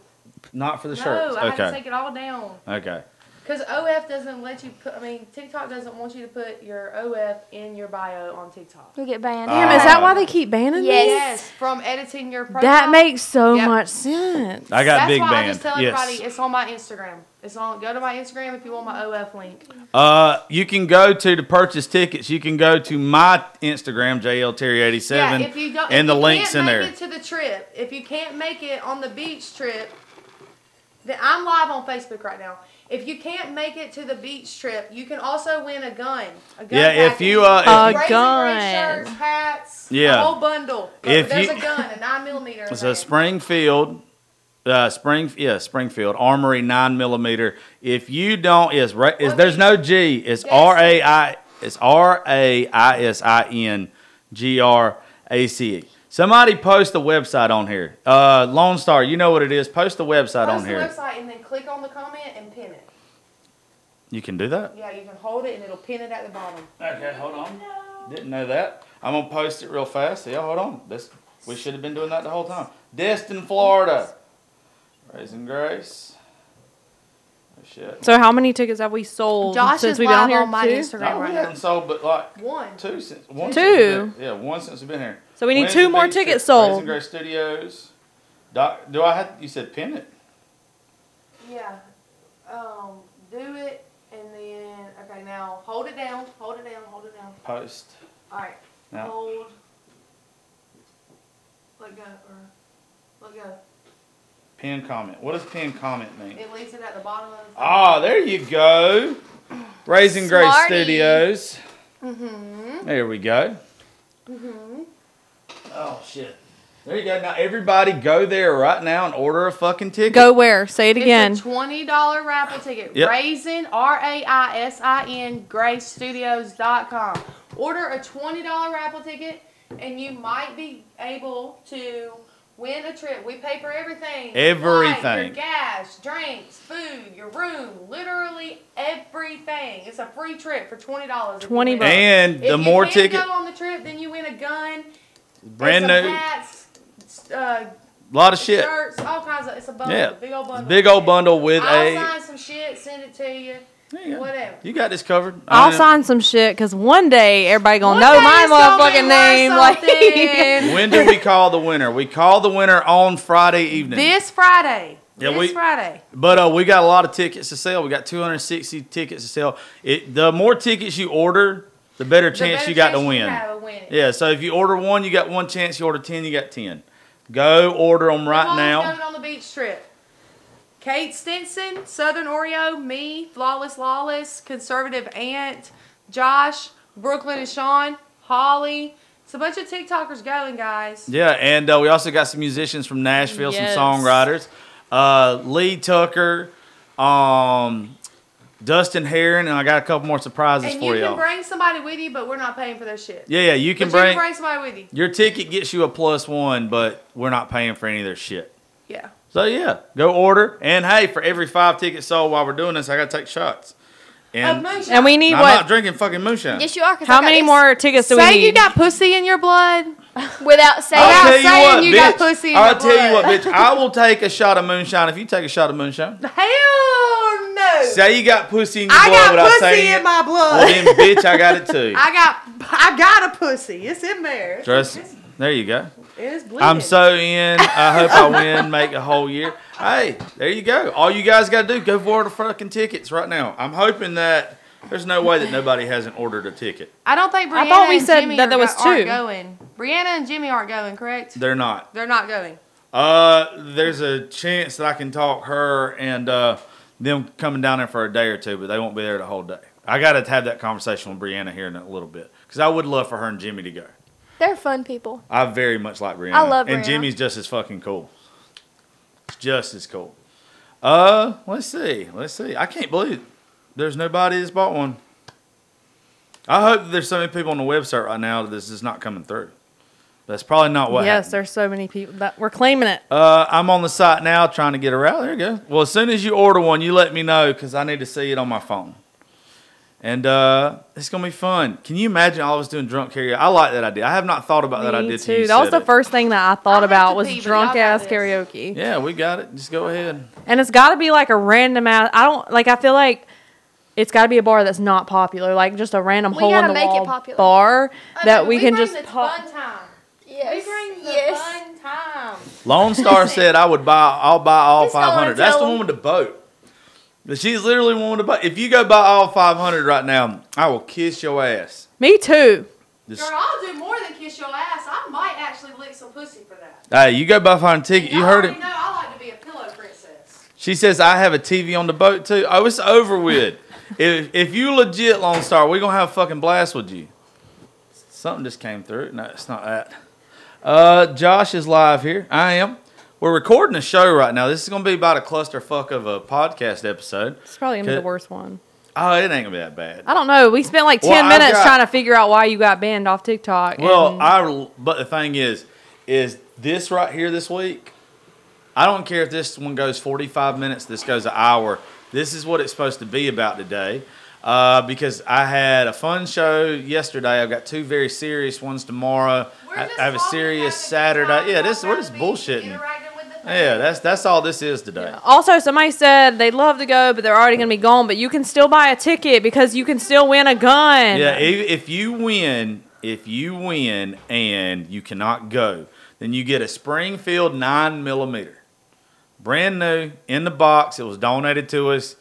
[SPEAKER 1] Not for the
[SPEAKER 3] no,
[SPEAKER 1] shirts.
[SPEAKER 3] I had to
[SPEAKER 1] okay.
[SPEAKER 3] take it all down
[SPEAKER 1] Okay.
[SPEAKER 3] because OF doesn't let you put. I mean, TikTok doesn't want you to put your OF in your bio on TikTok.
[SPEAKER 4] We get banned.
[SPEAKER 1] Ah.
[SPEAKER 2] Damn, is that why they keep banning me?
[SPEAKER 4] Yes.
[SPEAKER 3] Yes, from editing your profile.
[SPEAKER 2] That makes so
[SPEAKER 3] Yep.
[SPEAKER 2] much sense.
[SPEAKER 1] I got
[SPEAKER 3] That's
[SPEAKER 1] big
[SPEAKER 3] why
[SPEAKER 1] band.
[SPEAKER 3] I just tell
[SPEAKER 1] yes.
[SPEAKER 3] everybody it's on my Instagram. It's on. Go to my Instagram if you want my OF link.
[SPEAKER 1] Uh, you can go to to purchase tickets. You can go to my Instagram, JL Terry eighty seven,
[SPEAKER 3] yeah, if you don't,
[SPEAKER 1] and
[SPEAKER 3] if
[SPEAKER 1] the
[SPEAKER 3] you
[SPEAKER 1] links in
[SPEAKER 3] can't
[SPEAKER 1] there.
[SPEAKER 3] make It to the trip. If you can't make it on the beach trip, then I'm live on Facebook right now. If you can't make it to the beach trip, you can also win a gun. A gun
[SPEAKER 1] Yeah, if
[SPEAKER 3] package.
[SPEAKER 1] you, uh, if
[SPEAKER 2] A
[SPEAKER 3] Raising Grace
[SPEAKER 2] gun.
[SPEAKER 3] shirts, hats,
[SPEAKER 1] Yeah.
[SPEAKER 3] a whole bundle. But
[SPEAKER 1] If
[SPEAKER 3] there's
[SPEAKER 1] you-
[SPEAKER 3] a gun, a nine millimeter. in
[SPEAKER 1] So
[SPEAKER 3] there.
[SPEAKER 1] Springfield, uh, Spring, yeah, Springfield Armory nine millimeter. If you don't, is right, is
[SPEAKER 3] What
[SPEAKER 1] there's
[SPEAKER 3] is-
[SPEAKER 1] no G. It's
[SPEAKER 3] Yes.
[SPEAKER 1] R A I. It's R A I S I N G R A C E. Somebody post the website on here. Uh, Lone Star, you know what it is. Post the website
[SPEAKER 3] Post
[SPEAKER 1] on
[SPEAKER 3] the
[SPEAKER 1] here.
[SPEAKER 3] website and then click on the comment and pin it.
[SPEAKER 1] You can do that.
[SPEAKER 3] Yeah, you can hold it and it'll pin it at the bottom.
[SPEAKER 1] Okay, hold on. Didn't know that. I'm gonna post it real fast. Yeah, hold on. This we should have been doing that the whole time. Destin, Florida. Raising Grace. Oh shit.
[SPEAKER 2] So how many tickets have we sold
[SPEAKER 3] Josh
[SPEAKER 2] since
[SPEAKER 3] is
[SPEAKER 2] we've been on
[SPEAKER 3] live
[SPEAKER 2] here?
[SPEAKER 3] on my
[SPEAKER 2] Two?
[SPEAKER 3] Instagram.
[SPEAKER 1] No, we
[SPEAKER 3] right
[SPEAKER 1] haven't sold but like
[SPEAKER 3] One.
[SPEAKER 1] two since one since we've been- yeah, one since we've been here.
[SPEAKER 2] So we need
[SPEAKER 1] When's
[SPEAKER 2] two
[SPEAKER 1] the
[SPEAKER 2] more
[SPEAKER 1] beach trip?
[SPEAKER 2] tickets sold.
[SPEAKER 1] Raising Grace Studios. Doc, do I have you said pin it?
[SPEAKER 3] Yeah. Um, do it and then okay now hold it down, hold it down, hold it down.
[SPEAKER 1] Post.
[SPEAKER 3] Alright.
[SPEAKER 1] No.
[SPEAKER 3] Hold. Let go or let go.
[SPEAKER 1] Pin comment. What does pin comment mean?
[SPEAKER 3] It leaves it at the bottom of the
[SPEAKER 1] Ah, there you go. Raising Grace
[SPEAKER 4] Smarty.
[SPEAKER 1] Studios.
[SPEAKER 3] Mm-hmm.
[SPEAKER 1] There we go.
[SPEAKER 3] Mm-hmm.
[SPEAKER 1] Oh shit. There you go. Now everybody go there right now and order a fucking ticket.
[SPEAKER 2] Go where? Say it again.
[SPEAKER 3] It's a twenty dollar raffle ticket.
[SPEAKER 1] Yep.
[SPEAKER 3] Raisin R A I S I N GraceStudios.com. Order a twenty dollar raffle ticket and you might be able to win a trip. We pay for everything. Your
[SPEAKER 1] Everything.
[SPEAKER 3] flight, your gas, drinks, food, your room, literally everything. It's a free trip for twenty dollars.
[SPEAKER 2] $20 bucks.
[SPEAKER 1] And the
[SPEAKER 3] if
[SPEAKER 1] more
[SPEAKER 3] you can
[SPEAKER 1] ticket,
[SPEAKER 3] go on the trip, then you win a gun,
[SPEAKER 1] brand
[SPEAKER 3] and
[SPEAKER 1] new,
[SPEAKER 3] some hats, uh,
[SPEAKER 1] lot of shit.
[SPEAKER 3] shirts, all kinds of. It's a bundle,
[SPEAKER 1] Yeah.
[SPEAKER 3] big old bundle.
[SPEAKER 1] Big old bundle eh? with
[SPEAKER 3] I'll
[SPEAKER 1] a.
[SPEAKER 3] sign some shit, send it to you.
[SPEAKER 1] There you go.
[SPEAKER 3] Whatever.
[SPEAKER 1] You got this covered. Uh,
[SPEAKER 2] I'll
[SPEAKER 1] mean,
[SPEAKER 2] sign some shit because one day everybody gonna
[SPEAKER 3] One
[SPEAKER 2] know
[SPEAKER 3] day
[SPEAKER 2] Oh, my
[SPEAKER 3] it's gonna be
[SPEAKER 2] motherfucking
[SPEAKER 3] worth
[SPEAKER 2] name. Like,
[SPEAKER 3] something.
[SPEAKER 1] When do we call the winner? We call the winner on Friday evening.
[SPEAKER 3] This Friday,
[SPEAKER 1] Yeah,
[SPEAKER 3] this
[SPEAKER 1] we-
[SPEAKER 3] Friday.
[SPEAKER 1] But uh, we got a lot of tickets to sell. We got 260 tickets to sell. It the more tickets you order, the better chance
[SPEAKER 3] better
[SPEAKER 1] you got
[SPEAKER 3] chance
[SPEAKER 1] to
[SPEAKER 3] you
[SPEAKER 1] win.
[SPEAKER 3] have of winning.
[SPEAKER 1] Yeah, so if you order one, you got one chance. You order 10, you got 10. Go order them right
[SPEAKER 3] Who's
[SPEAKER 1] now.
[SPEAKER 3] going on the beach trip? Kate Stinson, Southern Oreo, me, Flawless Lawless, Conservative Aunt, Josh, Brooklyn and Sean, Holly. It's a bunch of TikTokers going, guys.
[SPEAKER 1] Yeah, and uh, we also got some musicians from Nashville,
[SPEAKER 2] Yes.
[SPEAKER 1] some songwriters. Uh, Lee Tucker, um, Dustin Heron, and I got a couple more surprises
[SPEAKER 3] and you
[SPEAKER 1] for
[SPEAKER 3] can
[SPEAKER 1] y'all.
[SPEAKER 3] bring somebody with you, but we're not paying for their shit.
[SPEAKER 1] yeah, yeah, you
[SPEAKER 3] But
[SPEAKER 1] can
[SPEAKER 3] you
[SPEAKER 1] bring
[SPEAKER 3] can bring somebody with you.
[SPEAKER 1] your ticket gets you a plus one, but we're not paying for any of their shit.
[SPEAKER 3] Yeah.
[SPEAKER 1] So yeah, go order. And hey, for every five tickets sold while we're doing this, I gotta take shots.
[SPEAKER 3] Of
[SPEAKER 1] And
[SPEAKER 3] moonshot.
[SPEAKER 2] And we need
[SPEAKER 1] I'm not
[SPEAKER 2] what?
[SPEAKER 1] drinking fucking moonshine.
[SPEAKER 4] Yes, you are. 'cause I
[SPEAKER 2] How
[SPEAKER 4] got
[SPEAKER 2] many
[SPEAKER 4] this
[SPEAKER 2] more tickets do we
[SPEAKER 3] Say
[SPEAKER 2] need?
[SPEAKER 3] you got pussy in your blood.
[SPEAKER 4] Without saying.
[SPEAKER 1] I'll
[SPEAKER 3] Yeah,
[SPEAKER 1] tell you
[SPEAKER 3] saying
[SPEAKER 1] what,
[SPEAKER 3] you
[SPEAKER 1] bitch.
[SPEAKER 3] got pussy in
[SPEAKER 1] I'll
[SPEAKER 3] your
[SPEAKER 1] tell you what,
[SPEAKER 3] blood.
[SPEAKER 1] bitch. I will take a shot of moonshine if you take a shot of moonshine.
[SPEAKER 3] Hell no.
[SPEAKER 1] Say you got pussy in your
[SPEAKER 3] I
[SPEAKER 1] blood without
[SPEAKER 3] got pussy
[SPEAKER 1] saying
[SPEAKER 3] in
[SPEAKER 1] it.
[SPEAKER 3] my
[SPEAKER 1] Well
[SPEAKER 3] blood.
[SPEAKER 1] then, bitch, I got it too.
[SPEAKER 3] I got I got a pussy. It's in there.
[SPEAKER 1] Trust. There you go.
[SPEAKER 3] It's bleeding.
[SPEAKER 1] I'm so in. I hope I win, make a whole year. Hey, there you go. All you guys got to do go order fucking tickets right now. I'm hoping that there's no way that nobody hasn't ordered a ticket.
[SPEAKER 3] I don't think Brianna
[SPEAKER 2] I thought we
[SPEAKER 3] and
[SPEAKER 2] said
[SPEAKER 3] Jimmy
[SPEAKER 2] that
[SPEAKER 3] are
[SPEAKER 2] there was
[SPEAKER 3] go- aren't
[SPEAKER 2] two.
[SPEAKER 3] going. Brianna and Jimmy aren't going, correct?
[SPEAKER 1] They're not.
[SPEAKER 3] They're not going.
[SPEAKER 1] Uh, there's a chance that I can talk her and uh, them coming down there for a day or two, but they won't be there the whole day. I got to have that conversation with Brianna here in a little bit because I would love for her and Jimmy to go.
[SPEAKER 4] They're fun people.
[SPEAKER 1] I very much like Rihanna.
[SPEAKER 4] I love
[SPEAKER 1] And
[SPEAKER 4] Rihanna.
[SPEAKER 1] Jimmy's just as fucking cool. Just as cool. Uh, let's see. Let's see. I can't believe there's nobody that's bought one. I hope that there's so many people on the website right now that this is not coming through. That's probably not what.
[SPEAKER 2] yes,
[SPEAKER 1] happened.
[SPEAKER 2] there's so many people that we're claiming it.
[SPEAKER 1] Uh, I'm on the site now trying to get her out. There you go. Well, as soon as you order one, you let me know because I need to see it on my phone. And uh, it's gonna be fun. Can you imagine all of us doing drunk karaoke? I like that idea. I have not thought about that
[SPEAKER 2] Me
[SPEAKER 1] idea till
[SPEAKER 2] too.
[SPEAKER 1] you
[SPEAKER 2] That was
[SPEAKER 1] said
[SPEAKER 2] the
[SPEAKER 1] it.
[SPEAKER 2] first thing that I
[SPEAKER 3] have
[SPEAKER 2] thought
[SPEAKER 3] to
[SPEAKER 2] about was
[SPEAKER 3] pee, but y'all
[SPEAKER 2] drunk
[SPEAKER 3] got
[SPEAKER 2] ass
[SPEAKER 3] this.
[SPEAKER 2] karaoke.
[SPEAKER 1] Yeah, we got it. Just go ahead.
[SPEAKER 2] And it's got to be like a random ass. I don't like. I feel like it's got to be a bar that's not popular, like just a random
[SPEAKER 4] We
[SPEAKER 2] hole in
[SPEAKER 4] gotta
[SPEAKER 2] the
[SPEAKER 4] make it
[SPEAKER 2] wall
[SPEAKER 4] popular.
[SPEAKER 2] bar that we, can
[SPEAKER 3] bring
[SPEAKER 2] just
[SPEAKER 3] the
[SPEAKER 2] pop.
[SPEAKER 3] fun time.
[SPEAKER 4] Yes.
[SPEAKER 3] We bring the
[SPEAKER 4] yes.
[SPEAKER 3] fun time.
[SPEAKER 1] Lone Star said, "I would buy. I'll buy all
[SPEAKER 4] Just go and
[SPEAKER 1] five hundred. That's
[SPEAKER 4] tell
[SPEAKER 1] the one
[SPEAKER 4] them.
[SPEAKER 1] with the boat. But She's literally the one with the boat. If you go buy all five hundred right now, I will kiss your ass.
[SPEAKER 2] Me too.
[SPEAKER 1] Just,
[SPEAKER 3] Girl, I'll do more than kiss your ass. I might actually lick some pussy for that.
[SPEAKER 1] hey, you go buy five ticket. You
[SPEAKER 3] Y'all
[SPEAKER 1] heard it.
[SPEAKER 3] already Know I like to be a pillow princess.
[SPEAKER 1] She says, "I have a TV on the boat too. Oh, it's over with. if if you legit Lone Star, we gonna have a fucking blast with you." Something just came through. No, it's not that. Uh, Josh is live here. I am. We're recording a show right now. This is gonna be about a clusterfuck of a podcast episode.
[SPEAKER 2] It's probably gonna be
[SPEAKER 1] Okay.
[SPEAKER 2] the worst one.
[SPEAKER 1] Oh, it ain't gonna be that bad.
[SPEAKER 2] I don't know. We spent like ten
[SPEAKER 1] Well, I
[SPEAKER 2] minutes
[SPEAKER 1] got-
[SPEAKER 2] trying to figure out why you got banned off TikTok.
[SPEAKER 1] Well,
[SPEAKER 2] and-
[SPEAKER 1] I but the thing is, is this right here this week? I don't care if this one goes 45 minutes, this goes an hour. This is what it's supposed to be about today. Uh, because I had a fun show yesterday. I've got two very serious ones tomorrow.
[SPEAKER 3] We're
[SPEAKER 1] I,
[SPEAKER 3] just
[SPEAKER 1] I have a
[SPEAKER 3] talking,
[SPEAKER 1] serious
[SPEAKER 3] having a good time,
[SPEAKER 1] Saturday. Yeah, this we're just
[SPEAKER 3] talking about the beach,
[SPEAKER 1] bullshitting.
[SPEAKER 3] interacting with the
[SPEAKER 1] Yeah, that's that's all this is today.
[SPEAKER 2] also, somebody said they'd love to go, but they're already gonna be gone. But you can still buy a ticket because you can still win a gun.
[SPEAKER 1] Yeah, if, if you win, if you win and you cannot go, then you get a Springfield nine millimeter, brand new in the box. It was donated to us.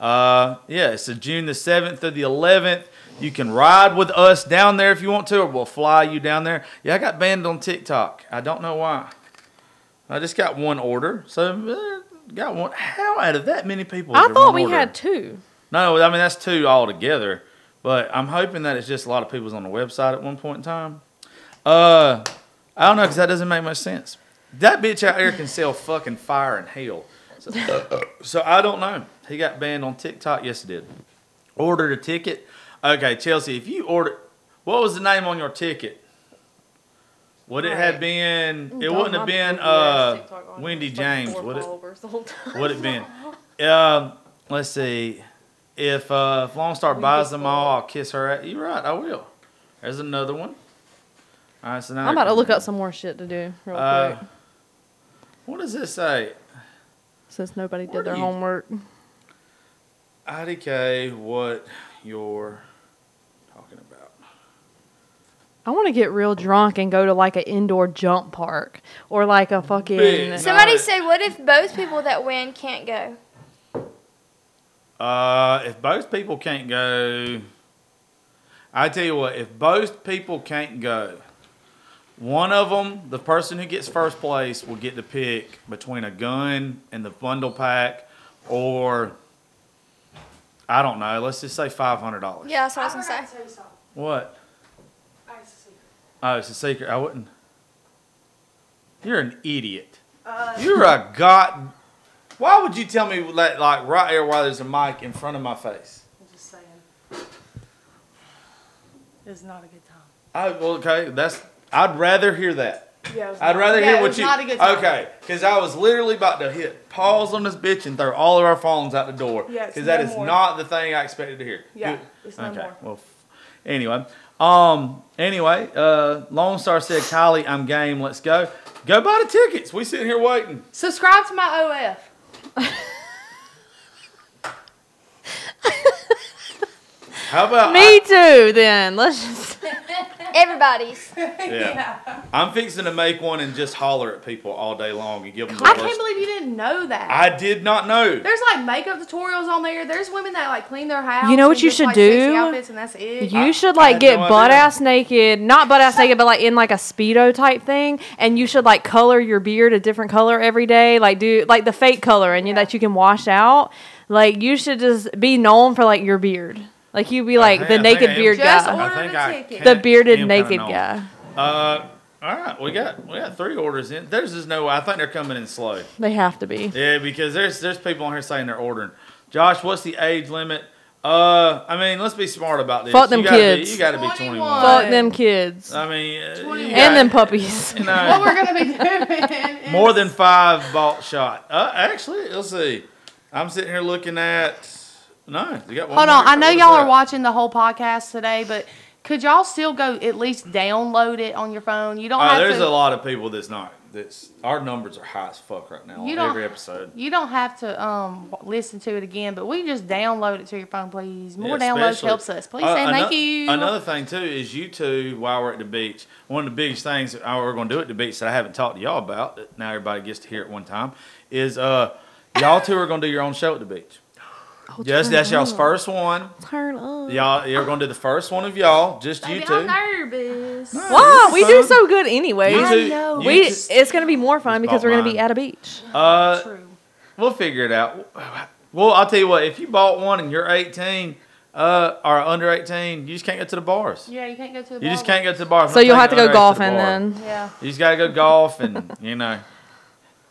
[SPEAKER 1] Uh, yeah, it's the June the seventh through the eleventh. You can ride with us down there if you want to, or we'll fly you down there. Yeah, I got banned on TikTok. I don't know why. I just got one order, so eh, got one. How out of that many people? is
[SPEAKER 2] I
[SPEAKER 1] there
[SPEAKER 2] thought
[SPEAKER 1] one
[SPEAKER 2] we
[SPEAKER 1] order?
[SPEAKER 2] had two.
[SPEAKER 1] No, I mean that's two altogether. But I'm hoping that it's just a lot of people's on the website at one point in time. Uh, I don't know because that doesn't make much sense. That bitch out there can sell fucking fire and hell. So, so I don't know. He got banned on TikTok. Yes, he did. Ordered a ticket. Okay, Chelsea, if you ordered, what was the name on your ticket? Would it have been? It wouldn't have been uh, Wendy James, would it? Would it been? Um, let's see. If uh, if Lone Star buys them all, I'll kiss her. At, you're right. I will. There's another one. All right, so now
[SPEAKER 2] I'm about to look up some more shit to do real
[SPEAKER 1] Uh,
[SPEAKER 2] quick
[SPEAKER 1] What does this say?
[SPEAKER 2] since nobody
[SPEAKER 1] what
[SPEAKER 2] did their
[SPEAKER 1] do you-
[SPEAKER 2] homework.
[SPEAKER 1] IDK, what you're talking about?
[SPEAKER 2] I want to get real drunk and go to like an indoor jump park or like a fucking.
[SPEAKER 1] Big.
[SPEAKER 4] Somebody
[SPEAKER 1] Right.
[SPEAKER 4] said, what if both people that win can't go?
[SPEAKER 1] Uh, if both people can't go, I tell you what. If both people can't go, one of them, the person who gets first place, will get to pick between a gun and the bundle pack, or I don't know. Let's just say five hundred dollars.
[SPEAKER 4] Yeah, that's what I was going to say.
[SPEAKER 1] What? Oh, it's a secret. I wouldn't. You're an idiot. You're a god. Why would you tell me that, like, right here while there's a mic in front of my face?
[SPEAKER 3] just saying. It's not a good time.
[SPEAKER 1] I well, okay. That's. I'd rather hear that.
[SPEAKER 3] Yeah.
[SPEAKER 1] I'd rather
[SPEAKER 3] Yeah,
[SPEAKER 1] hear
[SPEAKER 3] it
[SPEAKER 1] what
[SPEAKER 3] was
[SPEAKER 1] you.
[SPEAKER 3] not a good time.
[SPEAKER 1] Okay, because I was literally about to hit pause on this bitch and throw all of our phones out the door.
[SPEAKER 3] Yeah, it's
[SPEAKER 1] Because that
[SPEAKER 3] no
[SPEAKER 1] is
[SPEAKER 3] more.
[SPEAKER 1] not the thing I expected to hear.
[SPEAKER 3] Yeah,
[SPEAKER 1] Good.
[SPEAKER 3] it's no
[SPEAKER 1] okay.
[SPEAKER 3] more.
[SPEAKER 1] Well, f- anyway. Um. Anyway, uh, Lone Star said, "Kylie, I'm game. Let's go. Go buy the tickets. We sitting here waiting.
[SPEAKER 3] Subscribe to my OF.
[SPEAKER 1] How about
[SPEAKER 2] Me too. Then let's just.
[SPEAKER 4] Everybody's.
[SPEAKER 1] I, yeah. I'm fixing to make one and just holler at people all day long and give them the
[SPEAKER 3] I
[SPEAKER 1] worst.
[SPEAKER 3] can't believe you didn't know that.
[SPEAKER 1] I did not know.
[SPEAKER 3] There's like makeup tutorials on there. There's women that like clean their house.
[SPEAKER 2] You know what
[SPEAKER 3] and
[SPEAKER 2] you
[SPEAKER 3] just,
[SPEAKER 2] should
[SPEAKER 3] like, sexy
[SPEAKER 2] do?
[SPEAKER 3] Outfits and that's it.
[SPEAKER 2] You
[SPEAKER 1] I-
[SPEAKER 2] should
[SPEAKER 1] I
[SPEAKER 2] like
[SPEAKER 1] had
[SPEAKER 2] get
[SPEAKER 1] no idea.
[SPEAKER 2] butt ass naked, not butt ass naked, but like in like a speedo type thing, and you should like color your beard a different color every day, like do like the fake color, and you that you can wash out. Like you should just be known for like your beard, like you be like
[SPEAKER 1] think-
[SPEAKER 2] the
[SPEAKER 1] I think
[SPEAKER 2] naked
[SPEAKER 1] I am-
[SPEAKER 2] beard
[SPEAKER 3] Just
[SPEAKER 2] guy,
[SPEAKER 3] order
[SPEAKER 1] I think
[SPEAKER 3] the
[SPEAKER 1] I
[SPEAKER 3] ticket.
[SPEAKER 2] the
[SPEAKER 1] kinda-
[SPEAKER 2] bearded
[SPEAKER 1] am kinda
[SPEAKER 2] naked
[SPEAKER 1] known.
[SPEAKER 2] guy.
[SPEAKER 1] Uh, all right, we got we got three orders in. There's just no. I think they're coming in slow.
[SPEAKER 2] They have to be.
[SPEAKER 1] Yeah, because there's there's people on here saying they're ordering. Josh, what's the age limit? Uh, I mean, let's be smart about this.
[SPEAKER 2] Fuck them
[SPEAKER 1] you gotta
[SPEAKER 2] kids.
[SPEAKER 1] Be, you got to be
[SPEAKER 3] 21.
[SPEAKER 1] 21.
[SPEAKER 2] Fuck them kids
[SPEAKER 1] I mean, uh, you
[SPEAKER 3] 21.
[SPEAKER 2] and them
[SPEAKER 1] gotta-
[SPEAKER 2] puppies.
[SPEAKER 1] You
[SPEAKER 3] what
[SPEAKER 1] know,
[SPEAKER 3] we're gonna be doing. Is,
[SPEAKER 1] more than five bought shot. Uh, actually, let's see. I'm sitting here looking at. No, you got one.
[SPEAKER 3] Hold on,
[SPEAKER 1] more.
[SPEAKER 3] I know
[SPEAKER 1] What is
[SPEAKER 3] y'all are
[SPEAKER 1] that?
[SPEAKER 3] watching the whole podcast today, but could y'all still go at least download it on your phone? You don't
[SPEAKER 1] Uh,
[SPEAKER 3] have
[SPEAKER 1] there's
[SPEAKER 3] to.
[SPEAKER 1] a lot of people that's not. That's our numbers are high as fuck right now.
[SPEAKER 3] You
[SPEAKER 1] on
[SPEAKER 3] don't-
[SPEAKER 1] every episode.
[SPEAKER 3] You don't have to um w- listen to it again, but we can just download it to your phone, please.
[SPEAKER 1] Yeah,
[SPEAKER 3] More downloads
[SPEAKER 1] especially-
[SPEAKER 3] helps us. Please
[SPEAKER 1] Uh,
[SPEAKER 3] say thank
[SPEAKER 1] ano-
[SPEAKER 3] you.
[SPEAKER 1] Another thing too is you two while we're at the beach. One of the biggest things that I- we're going to do at the beach that I haven't talked to y'all about that now everybody gets to hear at one time is uh y'all two are going to do your own show at the beach.
[SPEAKER 2] Oh,
[SPEAKER 1] Yes, that's y'all's first one.
[SPEAKER 2] Turn up.
[SPEAKER 1] Y'all, you're going to do the first one of y'all, just you
[SPEAKER 3] Baby,
[SPEAKER 1] 2
[SPEAKER 3] I'm nervous.
[SPEAKER 1] No,
[SPEAKER 2] Wow,
[SPEAKER 1] this
[SPEAKER 2] we
[SPEAKER 1] is
[SPEAKER 2] do
[SPEAKER 1] fun.
[SPEAKER 2] so good anyway.
[SPEAKER 1] You two-
[SPEAKER 3] know.
[SPEAKER 1] you
[SPEAKER 2] We
[SPEAKER 1] just-
[SPEAKER 2] it's gonna be more fun because
[SPEAKER 1] bought
[SPEAKER 2] we're gonna be
[SPEAKER 1] mine.
[SPEAKER 2] at a beach.
[SPEAKER 1] uh,
[SPEAKER 3] True.
[SPEAKER 1] We'll figure it out. Well, I'll tell you what. If you bought one and you're 18 uh, or under 18, you just can't go to the bars.
[SPEAKER 3] Yeah, you can't go to the.
[SPEAKER 1] You just
[SPEAKER 3] bar.
[SPEAKER 1] can't go to the bars.
[SPEAKER 2] So
[SPEAKER 1] I'm
[SPEAKER 2] you'll
[SPEAKER 1] taking
[SPEAKER 2] have to go
[SPEAKER 1] underage the
[SPEAKER 2] golfing
[SPEAKER 1] bar.
[SPEAKER 2] then.
[SPEAKER 3] Yeah.
[SPEAKER 1] You just gotta go golf and you know,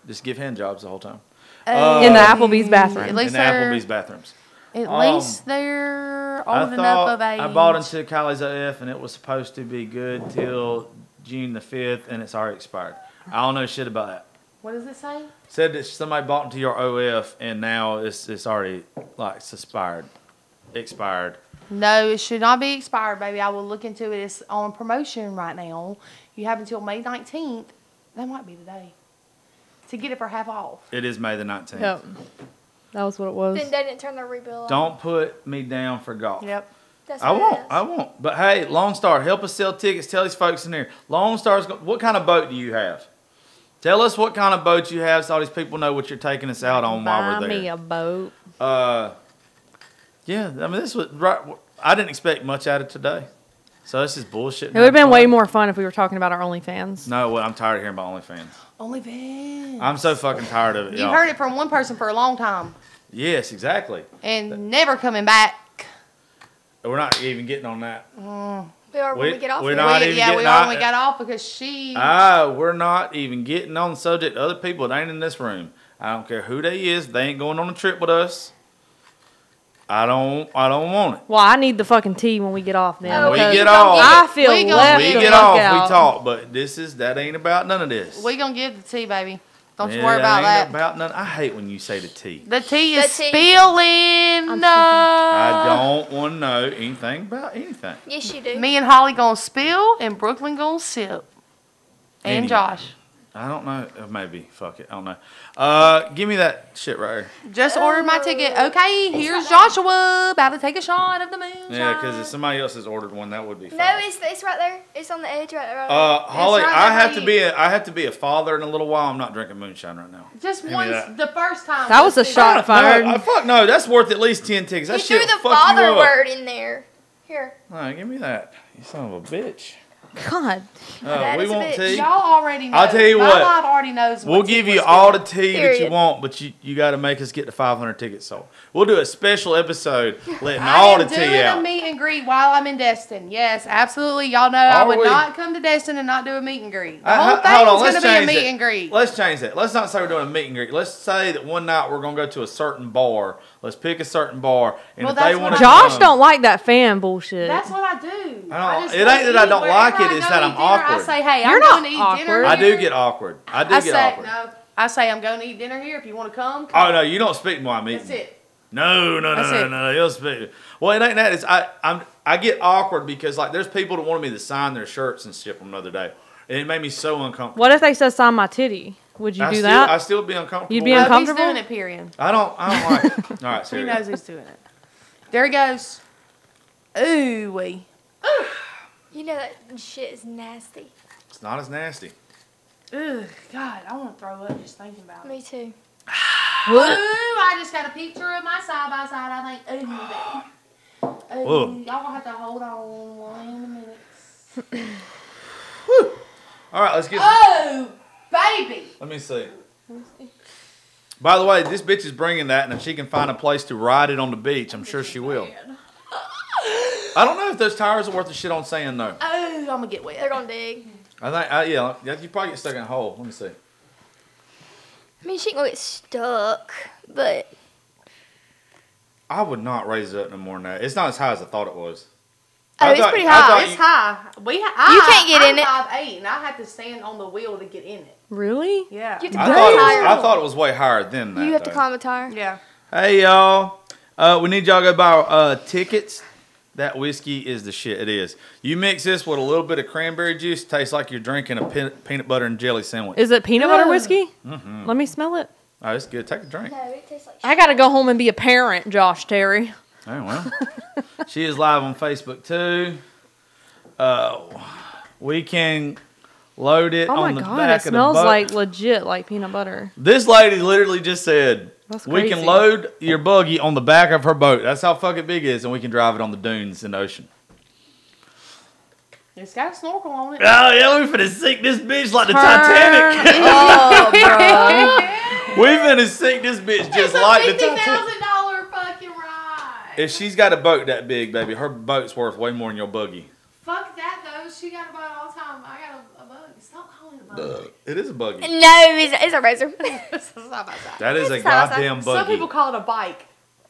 [SPEAKER 1] just give hand jobs the whole time
[SPEAKER 2] In the Applebee's bathroom.
[SPEAKER 3] At least
[SPEAKER 1] Oh. in the
[SPEAKER 3] they're
[SPEAKER 1] Applebee's bathrooms.
[SPEAKER 3] at
[SPEAKER 1] Um,
[SPEAKER 3] least they're old
[SPEAKER 1] I
[SPEAKER 3] enough
[SPEAKER 1] thought
[SPEAKER 3] of age.
[SPEAKER 1] I bought into Kylie's OF and it was supposed to be good till June the fifth, and it's already expired. I don't know shit about that.
[SPEAKER 3] What does it say?
[SPEAKER 1] Said that somebody bought into your OF and now it's it's already like it's expired, expired.
[SPEAKER 3] No, it should not be expired, baby. I will look into it. It's on promotion right now. You have until May 19th. That might be the day to get it for half off.
[SPEAKER 1] It is May the nineteenth.
[SPEAKER 2] Yep. That was what it was.
[SPEAKER 4] Then they didn't turn their rebuild on.
[SPEAKER 1] Don't put me down for golf.
[SPEAKER 3] Yep.
[SPEAKER 4] That's
[SPEAKER 1] I
[SPEAKER 4] what it
[SPEAKER 1] won't.
[SPEAKER 4] is.
[SPEAKER 1] I won't. But hey, Lone Star, help us sell tickets. Tell these folks in there. Lone Star's. Go- what kind of boat do you have? Tell us what kind of boat you have, so all these people know what you're taking us out on while
[SPEAKER 2] Buy
[SPEAKER 1] we're
[SPEAKER 2] me
[SPEAKER 1] there.
[SPEAKER 2] a boat.
[SPEAKER 1] Uh, yeah. I mean, this was right. I didn't expect much out of today, so this is bullshit.
[SPEAKER 2] It would have been way more fun if we were talking about our OnlyFans.
[SPEAKER 1] No, well, I'm tired of hearing about OnlyFans.
[SPEAKER 3] OnlyFans.
[SPEAKER 1] I'm so fucking tired of it.
[SPEAKER 3] you
[SPEAKER 1] y'all.
[SPEAKER 3] heard it from one person for a long time
[SPEAKER 1] Yes, exactly.
[SPEAKER 3] and never coming back.
[SPEAKER 1] We're not even getting on that.
[SPEAKER 4] We are when
[SPEAKER 1] We-
[SPEAKER 4] we get off
[SPEAKER 1] we're
[SPEAKER 4] here.
[SPEAKER 1] not-
[SPEAKER 3] we,
[SPEAKER 1] even
[SPEAKER 3] yeah, we
[SPEAKER 1] getting out-
[SPEAKER 3] only got off because she.
[SPEAKER 1] Ah, we're not even getting on the subject. Other people that ain't in this room. I don't care who they is. They ain't going on a trip with us. I don't. I don't want it.
[SPEAKER 2] Well, I need the fucking tea when we get off then.
[SPEAKER 4] Oh,
[SPEAKER 1] we
[SPEAKER 2] because
[SPEAKER 1] get
[SPEAKER 4] gonna
[SPEAKER 1] off.
[SPEAKER 2] I feel
[SPEAKER 3] We gonna-
[SPEAKER 2] left
[SPEAKER 1] we
[SPEAKER 2] the
[SPEAKER 1] get
[SPEAKER 2] fuck
[SPEAKER 1] off.
[SPEAKER 2] out.
[SPEAKER 1] We talk. But this is that ain't about none of this.
[SPEAKER 3] we going to give the tea, baby. Don't you
[SPEAKER 1] It
[SPEAKER 3] worry about
[SPEAKER 1] ain't
[SPEAKER 3] that.
[SPEAKER 1] About none. I hate when you say the T.
[SPEAKER 3] The tea
[SPEAKER 4] The
[SPEAKER 3] is
[SPEAKER 4] tea.
[SPEAKER 3] spilling.
[SPEAKER 2] I'm
[SPEAKER 3] Uh.
[SPEAKER 1] I
[SPEAKER 3] I
[SPEAKER 1] don't want to know anything about anything.
[SPEAKER 4] Yes, you do.
[SPEAKER 3] Me and Holly gonna spill, and Brooklyn gonna sip, and
[SPEAKER 1] Anyway.
[SPEAKER 3] Josh.
[SPEAKER 1] I don't know. Uh, Maybe. Fuck it. I don't know. Uh, give me that shit right here.
[SPEAKER 3] Just ordered my ticket. Okay, here's Joshua about to take a shot of the moonshine.
[SPEAKER 1] Yeah, because if somebody else has ordered one, that would be. Fine.
[SPEAKER 4] No, it's it's right there. It's on the edge right, right
[SPEAKER 1] Uh, Holly,
[SPEAKER 3] not
[SPEAKER 1] I
[SPEAKER 3] that
[SPEAKER 1] have to
[SPEAKER 3] deep.
[SPEAKER 1] be a, I have to be a father in a little while. I'm not drinking moonshine right now.
[SPEAKER 3] just
[SPEAKER 1] me that.
[SPEAKER 3] once the first time.
[SPEAKER 2] That was a
[SPEAKER 3] Listen,
[SPEAKER 2] shot fired.
[SPEAKER 1] No, I- fuck no, that's worth at least ten tickets.
[SPEAKER 4] there.
[SPEAKER 1] That
[SPEAKER 4] He
[SPEAKER 1] shit
[SPEAKER 4] threw the
[SPEAKER 1] will fuck you
[SPEAKER 4] father
[SPEAKER 1] up.
[SPEAKER 4] word in there. Here.
[SPEAKER 1] No, give me that. You son of a bitch.
[SPEAKER 2] God.
[SPEAKER 1] Uh,
[SPEAKER 4] That
[SPEAKER 1] we
[SPEAKER 4] is a
[SPEAKER 1] want
[SPEAKER 4] bitch.
[SPEAKER 1] tea.
[SPEAKER 3] Y'all already know.
[SPEAKER 1] I'll tell you
[SPEAKER 3] my
[SPEAKER 1] what.
[SPEAKER 3] Life already knows.
[SPEAKER 1] We'll
[SPEAKER 3] what
[SPEAKER 1] give
[SPEAKER 3] ticket
[SPEAKER 1] you
[SPEAKER 3] was
[SPEAKER 1] all the
[SPEAKER 3] given.
[SPEAKER 1] tea that you
[SPEAKER 4] Period.
[SPEAKER 1] want, but you, you got to make us get to 500 tickets sold. We'll do a special episode letting
[SPEAKER 3] I
[SPEAKER 1] all the
[SPEAKER 3] am doing
[SPEAKER 1] tea
[SPEAKER 3] a
[SPEAKER 1] out.
[SPEAKER 3] meet and greet while I'm in Destin. Yes, absolutely. Y'all know I
[SPEAKER 1] Are
[SPEAKER 3] would
[SPEAKER 1] we?
[SPEAKER 3] not come to Destin and not do a meet and greet. The
[SPEAKER 1] Uh,
[SPEAKER 3] whole
[SPEAKER 1] ho-
[SPEAKER 3] thing's going to
[SPEAKER 1] let's
[SPEAKER 3] be a
[SPEAKER 1] change
[SPEAKER 3] meet
[SPEAKER 1] it.
[SPEAKER 3] and greet.
[SPEAKER 1] Let's change that. Let's not say we're doing a meet and greet. Let's say that one night we're gonna go to a certain bar. Let's pick a certain bar, and
[SPEAKER 3] Well,
[SPEAKER 1] if they
[SPEAKER 3] that's
[SPEAKER 1] want
[SPEAKER 3] what
[SPEAKER 1] to,
[SPEAKER 3] I-
[SPEAKER 2] Josh don't like that fan bullshit.
[SPEAKER 3] That's what I do.
[SPEAKER 1] I don't-
[SPEAKER 3] just
[SPEAKER 1] it
[SPEAKER 3] go
[SPEAKER 1] ain't that I
[SPEAKER 3] eat
[SPEAKER 1] don't
[SPEAKER 3] wherever
[SPEAKER 1] like it,
[SPEAKER 3] I
[SPEAKER 1] it's that
[SPEAKER 3] go eat
[SPEAKER 1] I'm
[SPEAKER 3] dinner, I
[SPEAKER 1] awkward.
[SPEAKER 3] say, hey,
[SPEAKER 2] You're
[SPEAKER 3] I'm
[SPEAKER 2] not
[SPEAKER 3] going to eat dinner.
[SPEAKER 2] awkward.
[SPEAKER 1] I do
[SPEAKER 3] here.
[SPEAKER 1] get awkward. I do
[SPEAKER 3] I
[SPEAKER 1] get
[SPEAKER 3] say,
[SPEAKER 1] awkward.
[SPEAKER 3] No, I say I'm going to eat dinner here. If you want to come, come.
[SPEAKER 1] Oh no, you don't speak while I'm eating.
[SPEAKER 3] That's it.
[SPEAKER 1] No, no, no,
[SPEAKER 3] That's
[SPEAKER 1] no, no,
[SPEAKER 3] it.
[SPEAKER 1] no. You'll speak. Well, it ain't that. It's I. I'm. I get awkward because like there's people that wanted me to sign their shirts and ship them the other day, and it made me so uncomfortable.
[SPEAKER 2] What if they said sign my titty? Would you
[SPEAKER 1] I
[SPEAKER 2] do
[SPEAKER 1] still,
[SPEAKER 2] that?
[SPEAKER 1] I still be uncomfortable.
[SPEAKER 2] You'd be
[SPEAKER 1] with it.
[SPEAKER 3] Nope, he's
[SPEAKER 2] uncomfortable?
[SPEAKER 3] doing it, period.
[SPEAKER 1] I don't. I don't like. It. All right,
[SPEAKER 3] He
[SPEAKER 1] seriously.
[SPEAKER 3] knows he's doing it. There he goes. Ooh wee.
[SPEAKER 4] You know that shit is nasty.
[SPEAKER 1] It's not as nasty.
[SPEAKER 3] Ugh, God, I want to throw up just thinking about it.
[SPEAKER 4] Me too.
[SPEAKER 3] Ooh, I just got a picture of my side by side. I think, ooh, baby.
[SPEAKER 1] Whoa.
[SPEAKER 3] Ooh, y'all gonna have to hold on one minute.
[SPEAKER 1] All right, let's get.
[SPEAKER 3] Oh, baby.
[SPEAKER 1] Let me see. By the way, this bitch is bringing that, and if she can find a place to ride it on the beach, I'm sure she will. I don't know if those tires are worth the shit on sand though.
[SPEAKER 3] Oh, I'm gonna get wet.
[SPEAKER 4] They're gonna dig.
[SPEAKER 1] I think, I, yeah, yeah, you probably get stuck in a hole. Let me see.
[SPEAKER 4] I mean, she ain't gonna get stuck, but
[SPEAKER 1] I would not raise it up no more than that. It's not as high as I thought it was.
[SPEAKER 4] oh,
[SPEAKER 1] I
[SPEAKER 4] it's
[SPEAKER 1] thought-
[SPEAKER 4] pretty
[SPEAKER 1] I
[SPEAKER 4] high.
[SPEAKER 1] thought
[SPEAKER 3] It's high. We ha- I,
[SPEAKER 4] You can't get
[SPEAKER 3] I'm
[SPEAKER 4] in it.
[SPEAKER 3] Five eight, and I have to stand on the wheel to get in it.
[SPEAKER 2] really?
[SPEAKER 3] Yeah.
[SPEAKER 4] You have to
[SPEAKER 1] I
[SPEAKER 4] climb
[SPEAKER 1] thought, it
[SPEAKER 4] a
[SPEAKER 1] was, I
[SPEAKER 4] tire.
[SPEAKER 1] thought it was way higher than that.
[SPEAKER 4] You have to
[SPEAKER 1] though.
[SPEAKER 4] climb a tire.
[SPEAKER 3] yeah.
[SPEAKER 1] Hey y'all, uh, we need y'all to go buy uh, tickets. That whiskey is the shit. It is. You mix this with a little bit of cranberry juice, tastes like you're drinking a pin- peanut butter and jelly sandwich.
[SPEAKER 2] Is it peanut butter
[SPEAKER 3] Ugh.
[SPEAKER 2] whiskey?
[SPEAKER 1] Mm-hmm.
[SPEAKER 2] Let me smell it.
[SPEAKER 1] oh, it's good. Take a drink.
[SPEAKER 4] No, it tastes like shit.
[SPEAKER 2] I gotta go home and be a parent, Josh Terry.
[SPEAKER 1] Oh well. she is live on Facebook too. Uh, we can load it
[SPEAKER 2] Oh
[SPEAKER 1] on
[SPEAKER 2] my
[SPEAKER 1] the
[SPEAKER 2] god,
[SPEAKER 1] back
[SPEAKER 2] it
[SPEAKER 1] of the
[SPEAKER 2] smells
[SPEAKER 1] boat.
[SPEAKER 2] like legit like peanut butter.
[SPEAKER 1] This lady literally just said,
[SPEAKER 2] That's
[SPEAKER 1] "We can
[SPEAKER 2] crazy.
[SPEAKER 1] load your buggy on the back of her boat. That's how fucking big it is, and we can drive it on the dunes in the ocean."
[SPEAKER 3] It's got a snorkel on it.
[SPEAKER 1] Oh yeah, we finna sink this bitch like the
[SPEAKER 2] Turn
[SPEAKER 1] Titanic.
[SPEAKER 3] Oh.
[SPEAKER 2] up, bruh.
[SPEAKER 1] we finna sink this bitch just
[SPEAKER 3] It's a
[SPEAKER 1] like the
[SPEAKER 3] fifty
[SPEAKER 1] Titanic.
[SPEAKER 3] thousand dollar fucking ride.
[SPEAKER 1] If she's got a boat that big, baby, her boat's worth way more than your buggy.
[SPEAKER 3] Fuck that though. She got a bug all the time. I got a, a bug. Stop calling it a bug.
[SPEAKER 1] It is a buggy.
[SPEAKER 4] No, it's, it's a razor.
[SPEAKER 3] It's a side by side.
[SPEAKER 1] That is a
[SPEAKER 4] It's not-
[SPEAKER 1] goddamn
[SPEAKER 3] Some
[SPEAKER 1] buggy.
[SPEAKER 3] people call it a bike.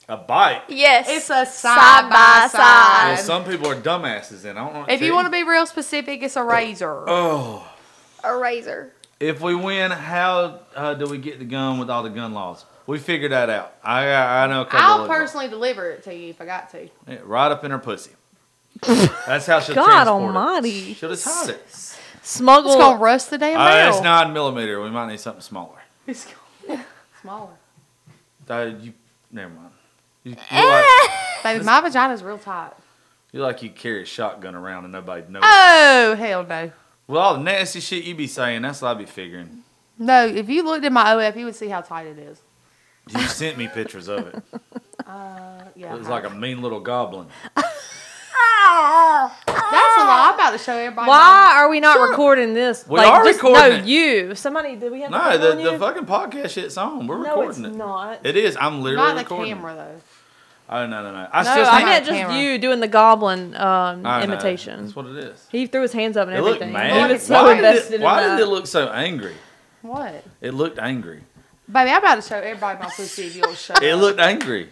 [SPEAKER 1] A bike.
[SPEAKER 4] yes.
[SPEAKER 3] It's a side by
[SPEAKER 1] Well,
[SPEAKER 4] Side-by-side.
[SPEAKER 3] side.
[SPEAKER 1] some people are dumbasses, and I don't know.
[SPEAKER 3] If you want to be real specific, it's a razor.
[SPEAKER 1] oh,
[SPEAKER 4] a razor.
[SPEAKER 1] if we win, how uh, do we get the gun with all the gun laws? We figured that out. I I know. a couple
[SPEAKER 3] I'll
[SPEAKER 1] of little-
[SPEAKER 3] personally deliver it to you if I got to.
[SPEAKER 1] Yeah, right up in her pussy. That's how she'll
[SPEAKER 2] God
[SPEAKER 1] transport
[SPEAKER 2] almighty.
[SPEAKER 1] it. She'll just hide it.
[SPEAKER 3] It's gonna
[SPEAKER 2] Smuggle
[SPEAKER 3] rust the damn
[SPEAKER 1] Uh,
[SPEAKER 3] barrel.
[SPEAKER 1] it's nine millimeter. We might need something smaller.
[SPEAKER 3] It's gonna- smaller.
[SPEAKER 1] Uh, you never mind. You, you
[SPEAKER 3] Eh.
[SPEAKER 1] like
[SPEAKER 3] Baby, my vagina's real tight.
[SPEAKER 1] you like you carry a shotgun around and nobody knows.
[SPEAKER 3] Oh hell no.
[SPEAKER 1] With all the nasty shit you be saying, that's what I be figuring.
[SPEAKER 3] No, if you looked at my OF, you would see how tight it is.
[SPEAKER 1] You sent me pictures of it.
[SPEAKER 3] Uh, yeah.
[SPEAKER 1] It was like a mean little goblin.
[SPEAKER 3] That's a lie. I'm about to show everybody. my-
[SPEAKER 2] Why are we not recording this?
[SPEAKER 1] We are recording
[SPEAKER 2] No,
[SPEAKER 1] it.
[SPEAKER 2] you. Somebody did we have
[SPEAKER 1] No,
[SPEAKER 2] the,
[SPEAKER 1] the,
[SPEAKER 2] on you?
[SPEAKER 1] the fucking podcast shit's on. We're
[SPEAKER 2] No, it's
[SPEAKER 1] recording it.
[SPEAKER 2] not.
[SPEAKER 1] It is. I'm literally
[SPEAKER 3] Not the
[SPEAKER 1] recording. it.
[SPEAKER 3] camera though.
[SPEAKER 1] Oh no no no! I
[SPEAKER 3] No,
[SPEAKER 1] still
[SPEAKER 3] I
[SPEAKER 2] I
[SPEAKER 1] think- Oh,
[SPEAKER 2] meant
[SPEAKER 3] on
[SPEAKER 2] just
[SPEAKER 3] camera.
[SPEAKER 2] you doing the goblin um,
[SPEAKER 1] I know.
[SPEAKER 2] imitation.
[SPEAKER 1] That's what it is.
[SPEAKER 2] He threw his hands up and
[SPEAKER 1] It looked
[SPEAKER 2] everything.
[SPEAKER 1] mad.
[SPEAKER 2] He was so
[SPEAKER 1] why
[SPEAKER 2] invested
[SPEAKER 1] did it,
[SPEAKER 2] in
[SPEAKER 1] why
[SPEAKER 2] that.
[SPEAKER 1] did it look so angry?
[SPEAKER 3] What?
[SPEAKER 1] It looked angry.
[SPEAKER 3] Baby, I'm about to show everybody my pussy if you'll show.
[SPEAKER 1] It looked angry.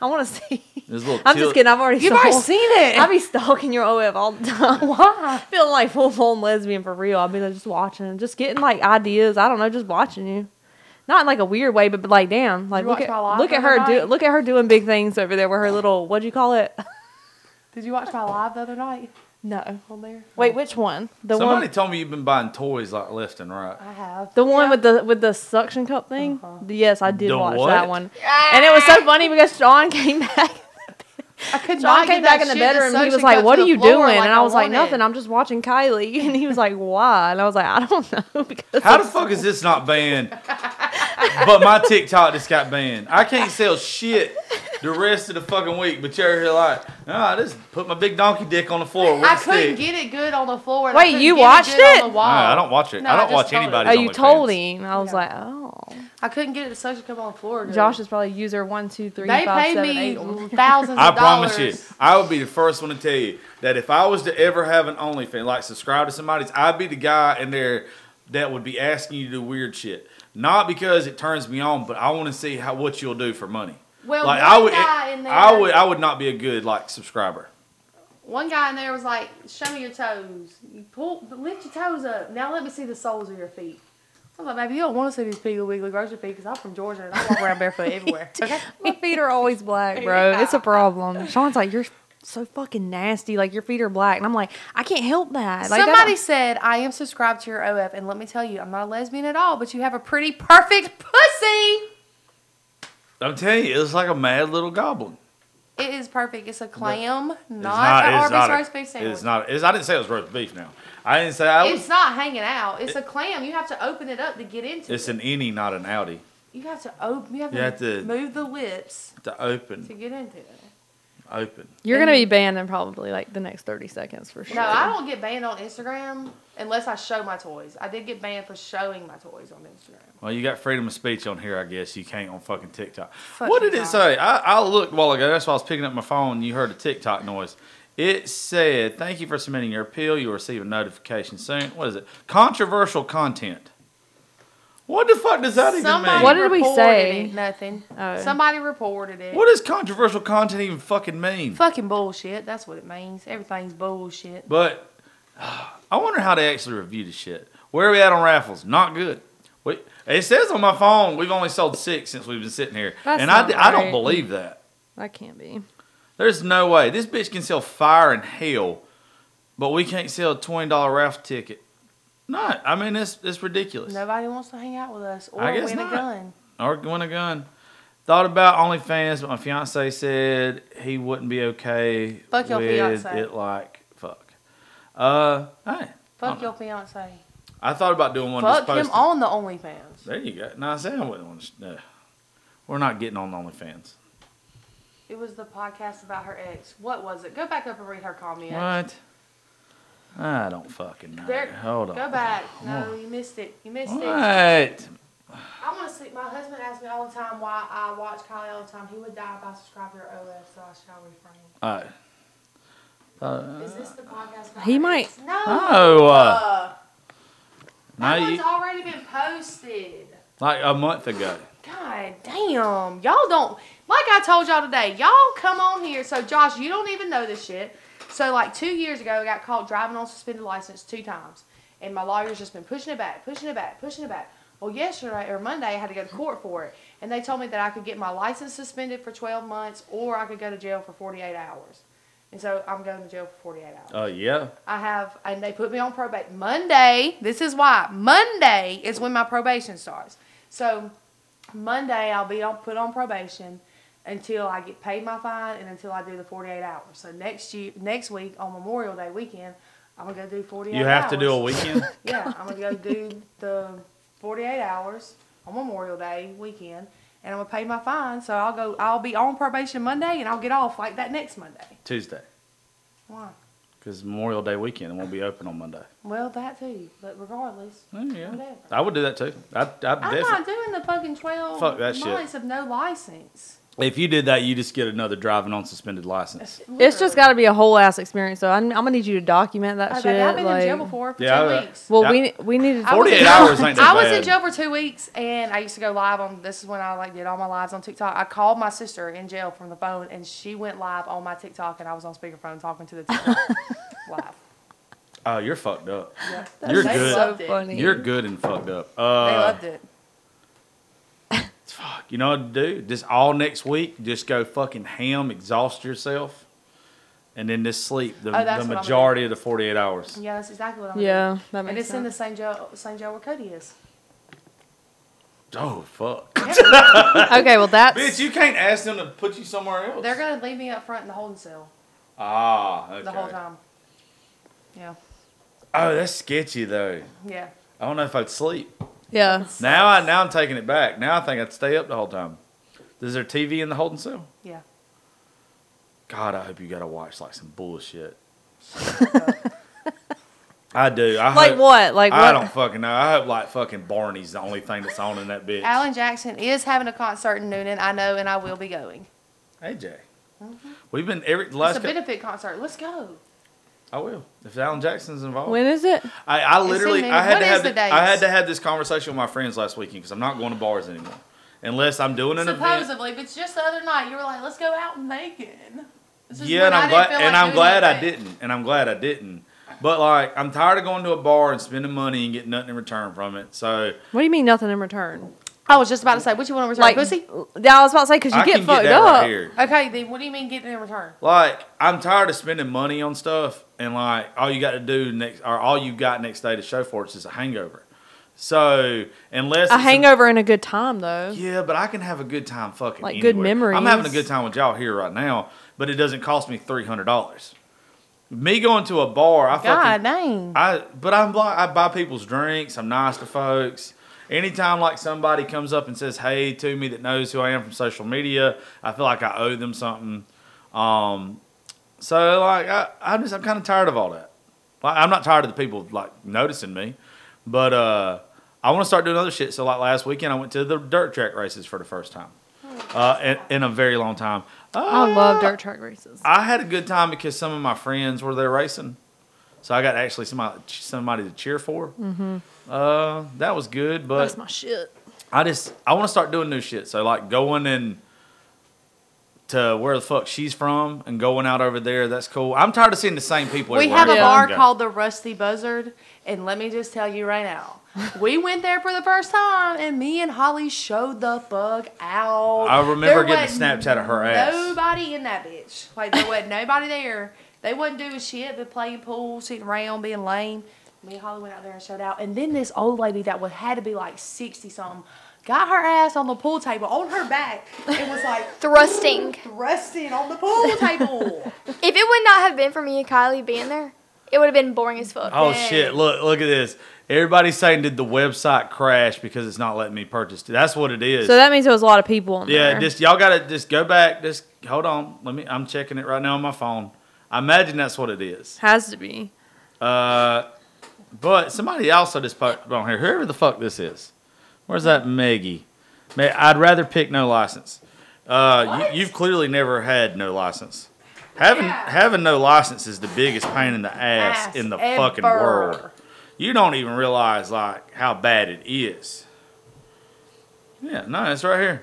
[SPEAKER 2] I want to see.
[SPEAKER 1] It was a little.
[SPEAKER 2] I'm
[SPEAKER 1] tilt.
[SPEAKER 2] just kidding. I've already
[SPEAKER 3] You've
[SPEAKER 2] stalked.
[SPEAKER 3] already seen it.
[SPEAKER 2] I be stalking your OF all the time.
[SPEAKER 3] Why?
[SPEAKER 2] Feeling like full blown lesbian for real. I'll be like just watching, just getting like ideas. I don't know, just watching you. Not in like a weird way, but, but like damn, like
[SPEAKER 3] You
[SPEAKER 2] look
[SPEAKER 3] watch
[SPEAKER 2] at
[SPEAKER 3] my live
[SPEAKER 2] look at her
[SPEAKER 3] every
[SPEAKER 2] do
[SPEAKER 3] night?
[SPEAKER 2] look at her doing big things over there with her little what do you call it?
[SPEAKER 3] Did you watch my live the other night?
[SPEAKER 2] No.
[SPEAKER 3] on there.
[SPEAKER 2] Wait, which one? The
[SPEAKER 1] Somebody
[SPEAKER 2] one.
[SPEAKER 1] told me you've been buying toys like left and right.
[SPEAKER 3] I have.
[SPEAKER 2] The one with the with the suction cup thing.
[SPEAKER 3] Uh-huh.
[SPEAKER 2] Yes, I did
[SPEAKER 1] The
[SPEAKER 2] watch
[SPEAKER 1] what?
[SPEAKER 2] that one, and it was so funny because Sean came back.
[SPEAKER 3] I could
[SPEAKER 2] John
[SPEAKER 3] not
[SPEAKER 2] came
[SPEAKER 3] get
[SPEAKER 2] back
[SPEAKER 3] that
[SPEAKER 2] in the
[SPEAKER 3] shit to
[SPEAKER 2] bedroom. and He was
[SPEAKER 3] suction
[SPEAKER 2] like,
[SPEAKER 3] cup
[SPEAKER 2] "What
[SPEAKER 3] to
[SPEAKER 2] are
[SPEAKER 3] the
[SPEAKER 2] you
[SPEAKER 3] floor
[SPEAKER 2] doing?"
[SPEAKER 3] like
[SPEAKER 2] and I was like,
[SPEAKER 3] wanted.
[SPEAKER 2] "Nothing. I'm just watching Kylie." And he was like, "Why?" And I was like, "I don't know." Because
[SPEAKER 1] How the fuck is this not banned? but my TikTok just got banned. I can't sell shit the rest of the fucking week. But you're here like, nah, I just put my big donkey dick on the floor with
[SPEAKER 3] I
[SPEAKER 1] a stick.
[SPEAKER 3] couldn't get it good on the floor. and
[SPEAKER 2] Wait,
[SPEAKER 3] I couldn't
[SPEAKER 2] you
[SPEAKER 3] get
[SPEAKER 2] watched
[SPEAKER 3] it? good
[SPEAKER 2] it?
[SPEAKER 3] On the
[SPEAKER 1] Nah,
[SPEAKER 3] wall.
[SPEAKER 1] I don't watch it.
[SPEAKER 3] No,
[SPEAKER 1] I
[SPEAKER 3] I
[SPEAKER 1] don't
[SPEAKER 3] just
[SPEAKER 1] watch
[SPEAKER 3] told her.
[SPEAKER 1] anybody's
[SPEAKER 2] oh, you
[SPEAKER 1] OnlyFans.
[SPEAKER 2] told him. I was like, "Oh."
[SPEAKER 3] I couldn't get it to suction cup on the floor. Good.
[SPEAKER 2] Josh is probably user one two three
[SPEAKER 3] they
[SPEAKER 2] five
[SPEAKER 3] paid
[SPEAKER 2] seven
[SPEAKER 3] me
[SPEAKER 2] eight one.
[SPEAKER 3] thousands.
[SPEAKER 1] I
[SPEAKER 3] of
[SPEAKER 1] promise you,
[SPEAKER 3] dollars.
[SPEAKER 1] I would be the first one to tell you that if I was to ever have an OnlyFans, like subscribe to somebody's, I'd be the guy in there that would be asking you to do weird shit. Not because it turns me on, but I want to see how what you'll do for money.
[SPEAKER 3] Well,
[SPEAKER 1] like
[SPEAKER 3] one
[SPEAKER 1] I would,
[SPEAKER 3] guy in there,
[SPEAKER 1] I would, I would not be a good like subscriber.
[SPEAKER 3] One guy in there was like, "Show me your toes. You pull, lift your toes up. Now let me see the soles of your feet." I was like, "Maybe you don't want to see these Piggly Wiggly grocery feet because I'm from Georgia and I walk around barefoot everywhere." Okay.
[SPEAKER 2] My feet are always black, bro. It's a problem. Sean's like, you're so fucking nasty. Like your feet are black, and I'm like, I can't help that. Like, that-
[SPEAKER 3] Somebody said, I am subscribed to your OF, and let me tell you, I'm not a lesbian at all, but you have a pretty perfect pussy.
[SPEAKER 1] I'm telling you, it's like a mad little goblin.
[SPEAKER 3] It is perfect. It's a clam, not,
[SPEAKER 1] It's
[SPEAKER 3] an
[SPEAKER 1] it's
[SPEAKER 3] Arby's
[SPEAKER 1] not a-
[SPEAKER 3] roast beef sandwich.
[SPEAKER 1] It's not. It's, I didn't say it was roast beef. Now I didn't say I
[SPEAKER 3] It's
[SPEAKER 1] was.
[SPEAKER 3] not hanging out. It's a clam. You have to open it up to get into
[SPEAKER 1] It's
[SPEAKER 3] it.
[SPEAKER 1] an innie, not an outie.
[SPEAKER 3] You have to open. You have,
[SPEAKER 1] You
[SPEAKER 3] to,
[SPEAKER 1] have to-
[SPEAKER 3] move the lips
[SPEAKER 1] To open,
[SPEAKER 3] to get into it.
[SPEAKER 1] open.
[SPEAKER 2] you're gonna be banned in probably like the next thirty seconds for sure.
[SPEAKER 3] No, I don't get banned on Instagram unless I show my toys. I did get banned for showing my toys on Instagram.
[SPEAKER 1] Well, you got freedom of speech on here, I guess. You can't on fucking TikTok.
[SPEAKER 3] Fuck
[SPEAKER 1] what did it
[SPEAKER 3] TikTok.
[SPEAKER 1] say? I, I looked a while ago. That's why I was picking up my phone. and You heard a TikTok noise. It said, "Thank you for submitting your appeal. You'll receive a notification soon." What is it? Controversial content. What the fuck does that even mean?
[SPEAKER 2] What did we
[SPEAKER 3] reported
[SPEAKER 2] say?
[SPEAKER 3] it. Nothing.
[SPEAKER 2] Oh.
[SPEAKER 3] Somebody reported it.
[SPEAKER 1] what does controversial content even fucking mean?
[SPEAKER 3] Fucking bullshit. That's what it means. Everything's bullshit.
[SPEAKER 1] But I wonder how they actually review the shit. Where are we at on raffles? Not good. We, it says on my phone we've only sold six since we've been sitting here,
[SPEAKER 2] That's
[SPEAKER 1] and I,
[SPEAKER 2] not
[SPEAKER 1] d- I don't
[SPEAKER 2] right.
[SPEAKER 1] believe that.
[SPEAKER 2] That can't be.
[SPEAKER 1] There's no way this bitch can sell fire and hell, but we can't sell a twenty dollar raffle ticket. Not. I mean, it's it's ridiculous.
[SPEAKER 3] Nobody wants to hang out with us or
[SPEAKER 1] I guess
[SPEAKER 3] win
[SPEAKER 1] not.
[SPEAKER 3] a gun.
[SPEAKER 1] Or win a gun. Thought about OnlyFans, but my fiance said he wouldn't be okay
[SPEAKER 3] Fuck your
[SPEAKER 1] with
[SPEAKER 3] fiance.
[SPEAKER 1] it. Like fuck. Uh, hey,
[SPEAKER 3] Fuck
[SPEAKER 1] Oh.
[SPEAKER 3] your fiance.
[SPEAKER 1] I thought about doing one.
[SPEAKER 3] Fuck
[SPEAKER 1] just
[SPEAKER 3] him
[SPEAKER 1] posted.
[SPEAKER 3] on the OnlyFans.
[SPEAKER 1] There you go. No, I said I wouldn't want to. No. We're not getting on OnlyFans.
[SPEAKER 3] It was the podcast about her ex. What was it? Go back up and read her comment.
[SPEAKER 1] What? I don't fucking know.
[SPEAKER 3] There,
[SPEAKER 1] Hold on.
[SPEAKER 3] Go back. No, you missed it. You missed it.
[SPEAKER 1] What?
[SPEAKER 3] I want to see. My husband asks me all the time why I watch Kylie all the time. He would die if I subscribed to her OS, so I shall refrain.
[SPEAKER 1] All right.
[SPEAKER 3] Is this the podcast? About
[SPEAKER 2] Uh, He
[SPEAKER 3] her
[SPEAKER 2] might-
[SPEAKER 3] ex? No.
[SPEAKER 1] Oh, uh,
[SPEAKER 3] Uh,
[SPEAKER 1] no,
[SPEAKER 3] that one's
[SPEAKER 1] you-
[SPEAKER 3] already been posted.
[SPEAKER 1] like a month ago.
[SPEAKER 3] God damn. Y'all don't like I told y'all today, y'all come on here. So Josh, you don't even know this shit. So like two years ago I got caught driving on suspended license two times. And my lawyer's just been pushing it back, pushing it back, pushing it back. Well, yesterday or Monday I had to go to court for it. And they told me that I could get my license suspended for twelve months or I could go to jail for forty eight hours. And so I'm going to jail for forty eight hours.
[SPEAKER 1] Oh, yeah.
[SPEAKER 3] I have, and they put me on probate Monday. This is why Monday is when my probation starts. So Monday I'll be on, put on probation until I get paid my fine and until I do the 48 hours. So next year, next week on Memorial Day weekend, I'm gonna go do 48.
[SPEAKER 1] You have
[SPEAKER 3] hours.
[SPEAKER 1] to do a weekend?
[SPEAKER 3] Yeah, I'm gonna go do the 48 hours on Memorial Day weekend, and I'm gonna pay my fine. So I'll go. I'll be on probation Monday, and I'll get off like that next Monday.
[SPEAKER 1] Tuesday.
[SPEAKER 3] Why?
[SPEAKER 1] Because Memorial Day weekend. It won't be open on Monday.
[SPEAKER 3] Well, that too. But regardless.
[SPEAKER 1] Oh, yeah.
[SPEAKER 3] Whatever.
[SPEAKER 1] I would do that too. I, I
[SPEAKER 3] I'm
[SPEAKER 1] definitely.
[SPEAKER 3] not doing the fucking 12
[SPEAKER 1] Fuck that shit.
[SPEAKER 3] months of no license.
[SPEAKER 1] If you did that, you just get another driving on suspended license.
[SPEAKER 2] It's just got to be a whole ass experience. So I'm, I'm gonna need you to document that
[SPEAKER 3] I've
[SPEAKER 2] shit.
[SPEAKER 3] been in jail
[SPEAKER 2] like-
[SPEAKER 3] before for
[SPEAKER 1] Yeah,
[SPEAKER 3] two
[SPEAKER 1] I-
[SPEAKER 3] weeks.
[SPEAKER 2] Well,
[SPEAKER 1] Yeah.
[SPEAKER 2] we we need
[SPEAKER 3] I
[SPEAKER 2] to.
[SPEAKER 3] was in
[SPEAKER 1] 48
[SPEAKER 3] jail-
[SPEAKER 1] hours ain't that
[SPEAKER 3] I was
[SPEAKER 1] bad.
[SPEAKER 3] in jail for two weeks, and I used to go live on. This is when I like did all my lives on TikTok. I called my sister in jail from the phone, and she went live on my TikTok, and I was on speakerphone talking to the TikTok live.
[SPEAKER 1] Oh, you're fucked up. You're
[SPEAKER 3] They
[SPEAKER 1] good.
[SPEAKER 3] loved
[SPEAKER 2] So
[SPEAKER 3] it.
[SPEAKER 2] funny.
[SPEAKER 1] You're good and fucked up. Uh,
[SPEAKER 3] They loved it.
[SPEAKER 1] fuck, you know what to do? Just all next week, just go fucking ham, exhaust yourself, and then just sleep the,
[SPEAKER 3] Oh, that's
[SPEAKER 1] the
[SPEAKER 3] what I'm
[SPEAKER 1] majority of the 48 hours.
[SPEAKER 3] Yeah, that's exactly what I'm
[SPEAKER 2] Yeah, that
[SPEAKER 3] doing. And
[SPEAKER 2] makes
[SPEAKER 3] it's in the
[SPEAKER 2] sense.
[SPEAKER 3] same jail, same jail where Cody is.
[SPEAKER 1] Oh, fuck.
[SPEAKER 2] okay, well that's
[SPEAKER 1] Bitch, you can't ask them to put you somewhere else.
[SPEAKER 3] They're gonna leave me up front in the holding cell
[SPEAKER 1] Ah, okay.
[SPEAKER 3] the whole time. Yeah,
[SPEAKER 1] Oh, that's sketchy though.
[SPEAKER 3] yeah.
[SPEAKER 1] I don't know if I'd sleep.
[SPEAKER 2] yeah.
[SPEAKER 1] Now I now I'm taking it back. Now I think I'd stay up the whole time. Is there TV in the holding cell?
[SPEAKER 3] Yeah.
[SPEAKER 1] God, I hope you gotta watch like some bullshit. I do. I
[SPEAKER 2] Like
[SPEAKER 1] hope,
[SPEAKER 2] what? Like what?
[SPEAKER 1] I don't fucking know. I hope like fucking Barney's the only thing that's on in that bitch.
[SPEAKER 3] Alan Jackson is having a concert in Noonan. I know, and I will be going.
[SPEAKER 1] AJ, we've been every the
[SPEAKER 3] It's
[SPEAKER 1] last.
[SPEAKER 3] Mm-hmm. a
[SPEAKER 1] cou-
[SPEAKER 3] benefit concert. Let's go.
[SPEAKER 1] I will if Alan Jackson's involved.
[SPEAKER 2] When is it?
[SPEAKER 1] I, I
[SPEAKER 3] in
[SPEAKER 1] literally
[SPEAKER 3] there.
[SPEAKER 1] I had
[SPEAKER 3] What
[SPEAKER 1] to
[SPEAKER 3] is
[SPEAKER 1] have
[SPEAKER 3] the
[SPEAKER 1] th- I had
[SPEAKER 3] dates?
[SPEAKER 1] to have this conversation with my friends last weekend because I'm not going to bars anymore unless I'm doing an event.
[SPEAKER 3] Supposedly, but just the other night, you were like, "Let's go out in Macon." This is
[SPEAKER 1] Yeah,
[SPEAKER 3] when
[SPEAKER 1] and I'm
[SPEAKER 3] didn't
[SPEAKER 1] glad,
[SPEAKER 3] feel
[SPEAKER 1] and
[SPEAKER 3] like
[SPEAKER 1] I'm
[SPEAKER 3] doing
[SPEAKER 1] glad I
[SPEAKER 3] nothing.
[SPEAKER 1] didn't, and I'm glad I didn't. But like, I'm tired of going to a bar and spending money and getting nothing in return from it. So
[SPEAKER 2] What do you mean nothing in return?
[SPEAKER 3] I was just about to say, "What you want to return,
[SPEAKER 2] Like
[SPEAKER 3] pussy?"
[SPEAKER 2] Yeah, I was about to say because you
[SPEAKER 1] I
[SPEAKER 2] get
[SPEAKER 1] can
[SPEAKER 2] fucked
[SPEAKER 1] get that
[SPEAKER 2] up.
[SPEAKER 1] right here.
[SPEAKER 3] Okay, then what do you mean getting in return?
[SPEAKER 1] Like, I'm tired of spending money on stuff, and like, all you got to do next, or all you got next day to show for it is just a hangover. So unless
[SPEAKER 2] A
[SPEAKER 1] it's
[SPEAKER 2] hangover and a good time though.
[SPEAKER 1] Yeah, but I can have a good time fucking
[SPEAKER 2] Like, good
[SPEAKER 1] anywhere. I'm having a
[SPEAKER 2] memories.
[SPEAKER 1] good time with y'all here right now, but it doesn't cost me three hundred dollars. Me going to a bar, I
[SPEAKER 3] God
[SPEAKER 1] fucking
[SPEAKER 3] dang.
[SPEAKER 1] I but I'm like I buy people's drinks. I'm nice to folks. Anytime like somebody comes up and says hey to me that knows who I am from social media, I feel like I owe them something. Um, so like I, I'm just I'm kind of tired of all that. Like I'm not tired of the people like noticing me, but uh, I want to start doing other shit. So like last weekend I went to the dirt track races for the first time, uh, in, in a very long time.
[SPEAKER 2] I
[SPEAKER 1] Uh,
[SPEAKER 2] love dirt track races.
[SPEAKER 1] I had a good time because some of my friends were there racing, so I got actually somebody somebody to cheer for. Mm-hmm. Uh, that was good, but
[SPEAKER 2] That's my shit.
[SPEAKER 1] I just I want to start doing new shit. So like going and to where the fuck she's from and going out over there. That's cool. I'm tired of seeing the same people.
[SPEAKER 3] We
[SPEAKER 1] everywhere
[SPEAKER 3] have a
[SPEAKER 1] I
[SPEAKER 2] Yeah.
[SPEAKER 3] bar
[SPEAKER 1] fucking go.
[SPEAKER 3] called the Rusty Buzzard, and let me just tell you right now, we went there for the first time, and me and Holly showed the fuck out.
[SPEAKER 1] I remember
[SPEAKER 3] There
[SPEAKER 1] getting a
[SPEAKER 3] wasn't
[SPEAKER 1] Snapchat of her ass.
[SPEAKER 3] Nobody in that bitch. Like there wasn't nobody there. They wasn't doing shit but playing pool, sitting around, being lame. Me and Holly went out there and showed out, and then this old lady that was had to be like sixty something got her ass on the pool table on her back and was like
[SPEAKER 4] Thrusting.
[SPEAKER 3] thrusting on the pool table.
[SPEAKER 4] If it would not have been for me and Kylie being there, it would have been boring as fuck.
[SPEAKER 1] Oh
[SPEAKER 3] Dang.
[SPEAKER 1] shit! Look, look at this. Everybody's saying did the website crash because it's not letting me purchase. it. That's what it is.
[SPEAKER 2] So that means there was a lot of people on
[SPEAKER 1] Yeah,
[SPEAKER 2] there.
[SPEAKER 1] just y'all gotta just go back. Just hold on. Let me. I'm checking it right now on my phone. I imagine that's what it is.
[SPEAKER 2] has to be.
[SPEAKER 1] Uh, but somebody also just put on here. Whoever the fuck this is. Where's that Maggie? May I'd rather pick no license. Uh,
[SPEAKER 3] What?
[SPEAKER 1] you, you've clearly never had no license. Having
[SPEAKER 3] Yeah.
[SPEAKER 1] having no license is the biggest pain in the ass,
[SPEAKER 3] Ass
[SPEAKER 1] in the
[SPEAKER 3] ever.
[SPEAKER 1] fucking world. You don't even realize like how bad it is. Yeah, no, it's right here.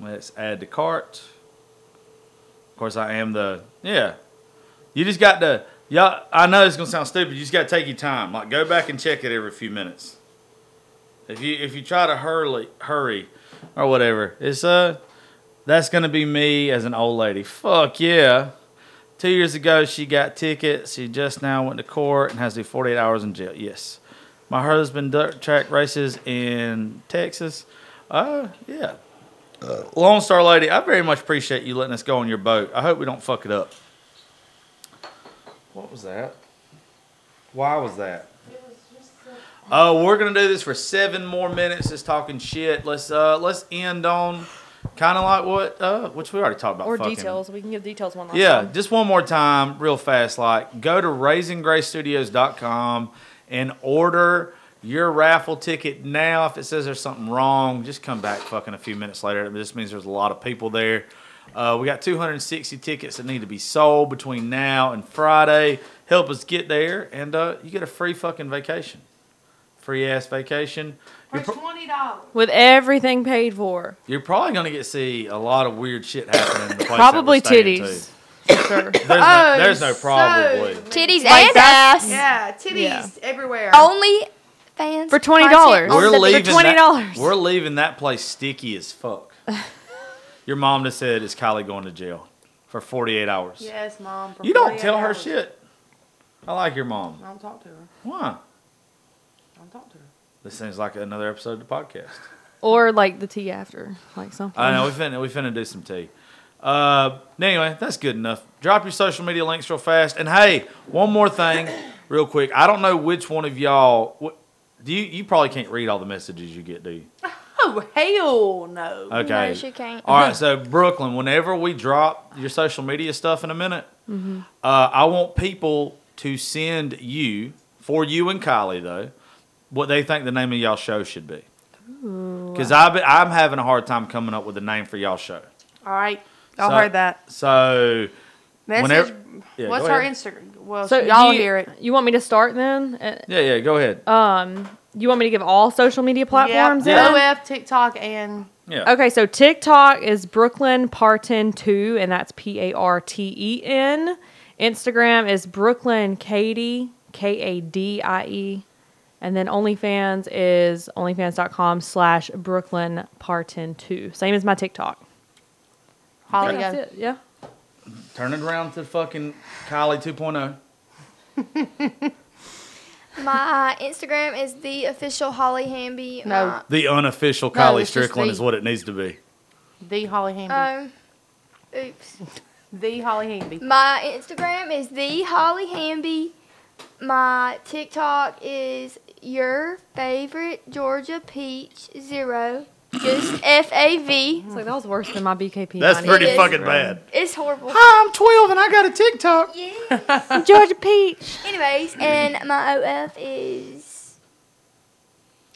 [SPEAKER 1] Let's add to cart. Of course, I am the yeah. You just got to y'all. I know it's gonna sound stupid. You just got to take your time. Like go back and check it every few minutes. If you if you try to hurry hurry or whatever, it's uh that's gonna be me as an old lady. Fuck yeah. Two years ago, she got tickets. She just now went to court and has to do 48 hours in jail. Yes. My husband dirt track races in Texas. Uh, yeah. Lone Star Lady, I very much appreciate you letting us go on your boat. I hope we don't fuck it up. What was that? Why was that? Uh, we're gonna do this for seven more minutes, just talking shit. Let's uh, let's end on kind of like what uh, which we already talked about.
[SPEAKER 2] Or
[SPEAKER 1] fucking-
[SPEAKER 2] details. We can give details one last
[SPEAKER 1] yeah,
[SPEAKER 2] time.
[SPEAKER 1] just one more time, real fast. Like, go to raisinggraystudios.com and order your raffle ticket now. If it says there's something wrong, just come back fucking a few minutes later. It just means there's a lot of people there. Uh, we got 260 tickets that need to be sold between now and Friday. Help us get there, and uh, you get a free fucking vacation. Free ass vacation.
[SPEAKER 3] For
[SPEAKER 1] You're, pro-
[SPEAKER 3] twenty dollars.
[SPEAKER 2] With everything paid for.
[SPEAKER 1] you're probably gonna get to see a lot of weird shit happening. In the place that we're
[SPEAKER 2] Probably
[SPEAKER 1] staying to.
[SPEAKER 2] titties. Oh, For sure.
[SPEAKER 1] There's no, there's no
[SPEAKER 3] so
[SPEAKER 1] probably.
[SPEAKER 4] Titties
[SPEAKER 2] Like
[SPEAKER 4] and
[SPEAKER 2] that's-
[SPEAKER 4] ass.
[SPEAKER 3] Yeah, titties
[SPEAKER 2] Yeah.
[SPEAKER 3] everywhere.
[SPEAKER 1] Oh.
[SPEAKER 4] Only fans.
[SPEAKER 2] For $20.
[SPEAKER 4] content on
[SPEAKER 1] We're
[SPEAKER 4] the-
[SPEAKER 2] for
[SPEAKER 1] leaving
[SPEAKER 2] $20.
[SPEAKER 1] That, we're leaving that place sticky as fuck. Your mom just said, "Is Kylie going to jail for 48 hours?"
[SPEAKER 3] Yes, mom. for
[SPEAKER 1] You don't
[SPEAKER 3] 48
[SPEAKER 1] tell her
[SPEAKER 3] hours.
[SPEAKER 1] shit. I like your mom.
[SPEAKER 3] I don't talk to her.
[SPEAKER 1] Why?
[SPEAKER 3] I don't talk to her.
[SPEAKER 1] This seems like another episode of the podcast.
[SPEAKER 2] or like the tea after, like something.
[SPEAKER 1] I know we finna we finna do some tea. Uh, anyway, that's good enough. Drop your social media links real fast. And hey, one more thing, real quick. I don't know which one of y'all. What, do you you probably can't read all the messages you get, do you?
[SPEAKER 3] Oh hell no.
[SPEAKER 1] Okay.
[SPEAKER 4] No, she can't.
[SPEAKER 1] All right, so Brooklyn, whenever we drop your social media stuff in a minute, uh, I want people to send you, for you and Kylie though, what they think the name of y'all show should be. Because I've been, I'm having a hard time coming up with a name for y'all show.
[SPEAKER 3] All right. Y'all
[SPEAKER 1] So-
[SPEAKER 3] heard that.
[SPEAKER 1] So
[SPEAKER 3] Message.
[SPEAKER 1] whenever- yeah,
[SPEAKER 3] what's
[SPEAKER 1] go
[SPEAKER 3] her
[SPEAKER 1] ahead.
[SPEAKER 3] Instagram? Well,
[SPEAKER 2] So
[SPEAKER 3] y'all
[SPEAKER 2] do you,
[SPEAKER 3] hear it.
[SPEAKER 2] You want me to start then? Uh, um,
[SPEAKER 1] yeah, yeah, go ahead.
[SPEAKER 2] You want me to give all social media platforms?
[SPEAKER 1] Yeah.
[SPEAKER 2] then?
[SPEAKER 3] OF, TikTok, and
[SPEAKER 1] yeah.
[SPEAKER 2] Okay, so TikTok is Brooklyn Parton two, and that's P A R T E N. Instagram is Brooklyn Katie K A D I E, and then OnlyFans is OnlyFans.com slash Brooklyn Parton two. Same as my TikTok. I
[SPEAKER 3] Holly.
[SPEAKER 2] think
[SPEAKER 3] Go.
[SPEAKER 2] that's it. Yeah.
[SPEAKER 1] Turn it around to fucking Kylie oh. 2.0.
[SPEAKER 4] My Instagram is the official Holly Hamby.
[SPEAKER 3] No.
[SPEAKER 1] The unofficial
[SPEAKER 3] No,
[SPEAKER 1] Kylie
[SPEAKER 3] it's just
[SPEAKER 1] Strickland
[SPEAKER 3] the-
[SPEAKER 1] is what it needs to be.
[SPEAKER 3] The Holly Hamby.
[SPEAKER 4] My, um, oops.
[SPEAKER 3] the Holly Hamby.
[SPEAKER 4] My Instagram is the Holly Hamby. My TikTok is your favorite Georgia peach zero. Just F A V.
[SPEAKER 2] It's like that was worse than my BKP.
[SPEAKER 1] That's
[SPEAKER 2] 90.
[SPEAKER 1] pretty
[SPEAKER 4] is.
[SPEAKER 1] fucking bad.
[SPEAKER 4] It's horrible.
[SPEAKER 1] I'm 12 and I got a TikTok.
[SPEAKER 4] Yeah.
[SPEAKER 2] Georgia Peach.
[SPEAKER 4] Anyways, and my OF is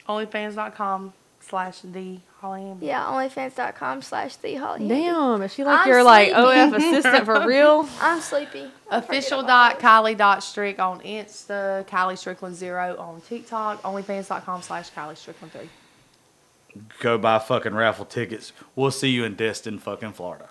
[SPEAKER 3] Onlyfans.com slash the Holly Hamby.
[SPEAKER 4] yeah OnlyFans.com slash the Holly. Hamby.
[SPEAKER 2] Damn, is she like
[SPEAKER 4] I'm
[SPEAKER 2] your like
[SPEAKER 4] sleepy.
[SPEAKER 2] OF assistant for real?
[SPEAKER 4] I'm sleepy.
[SPEAKER 3] Official dot Kylie dot Strick on Insta, Kylie Strickland zero on TikTok, OnlyFans.com slash Kylie Strickland three.
[SPEAKER 1] Go buy fucking raffle tickets. We'll see you in Destin, fucking Florida.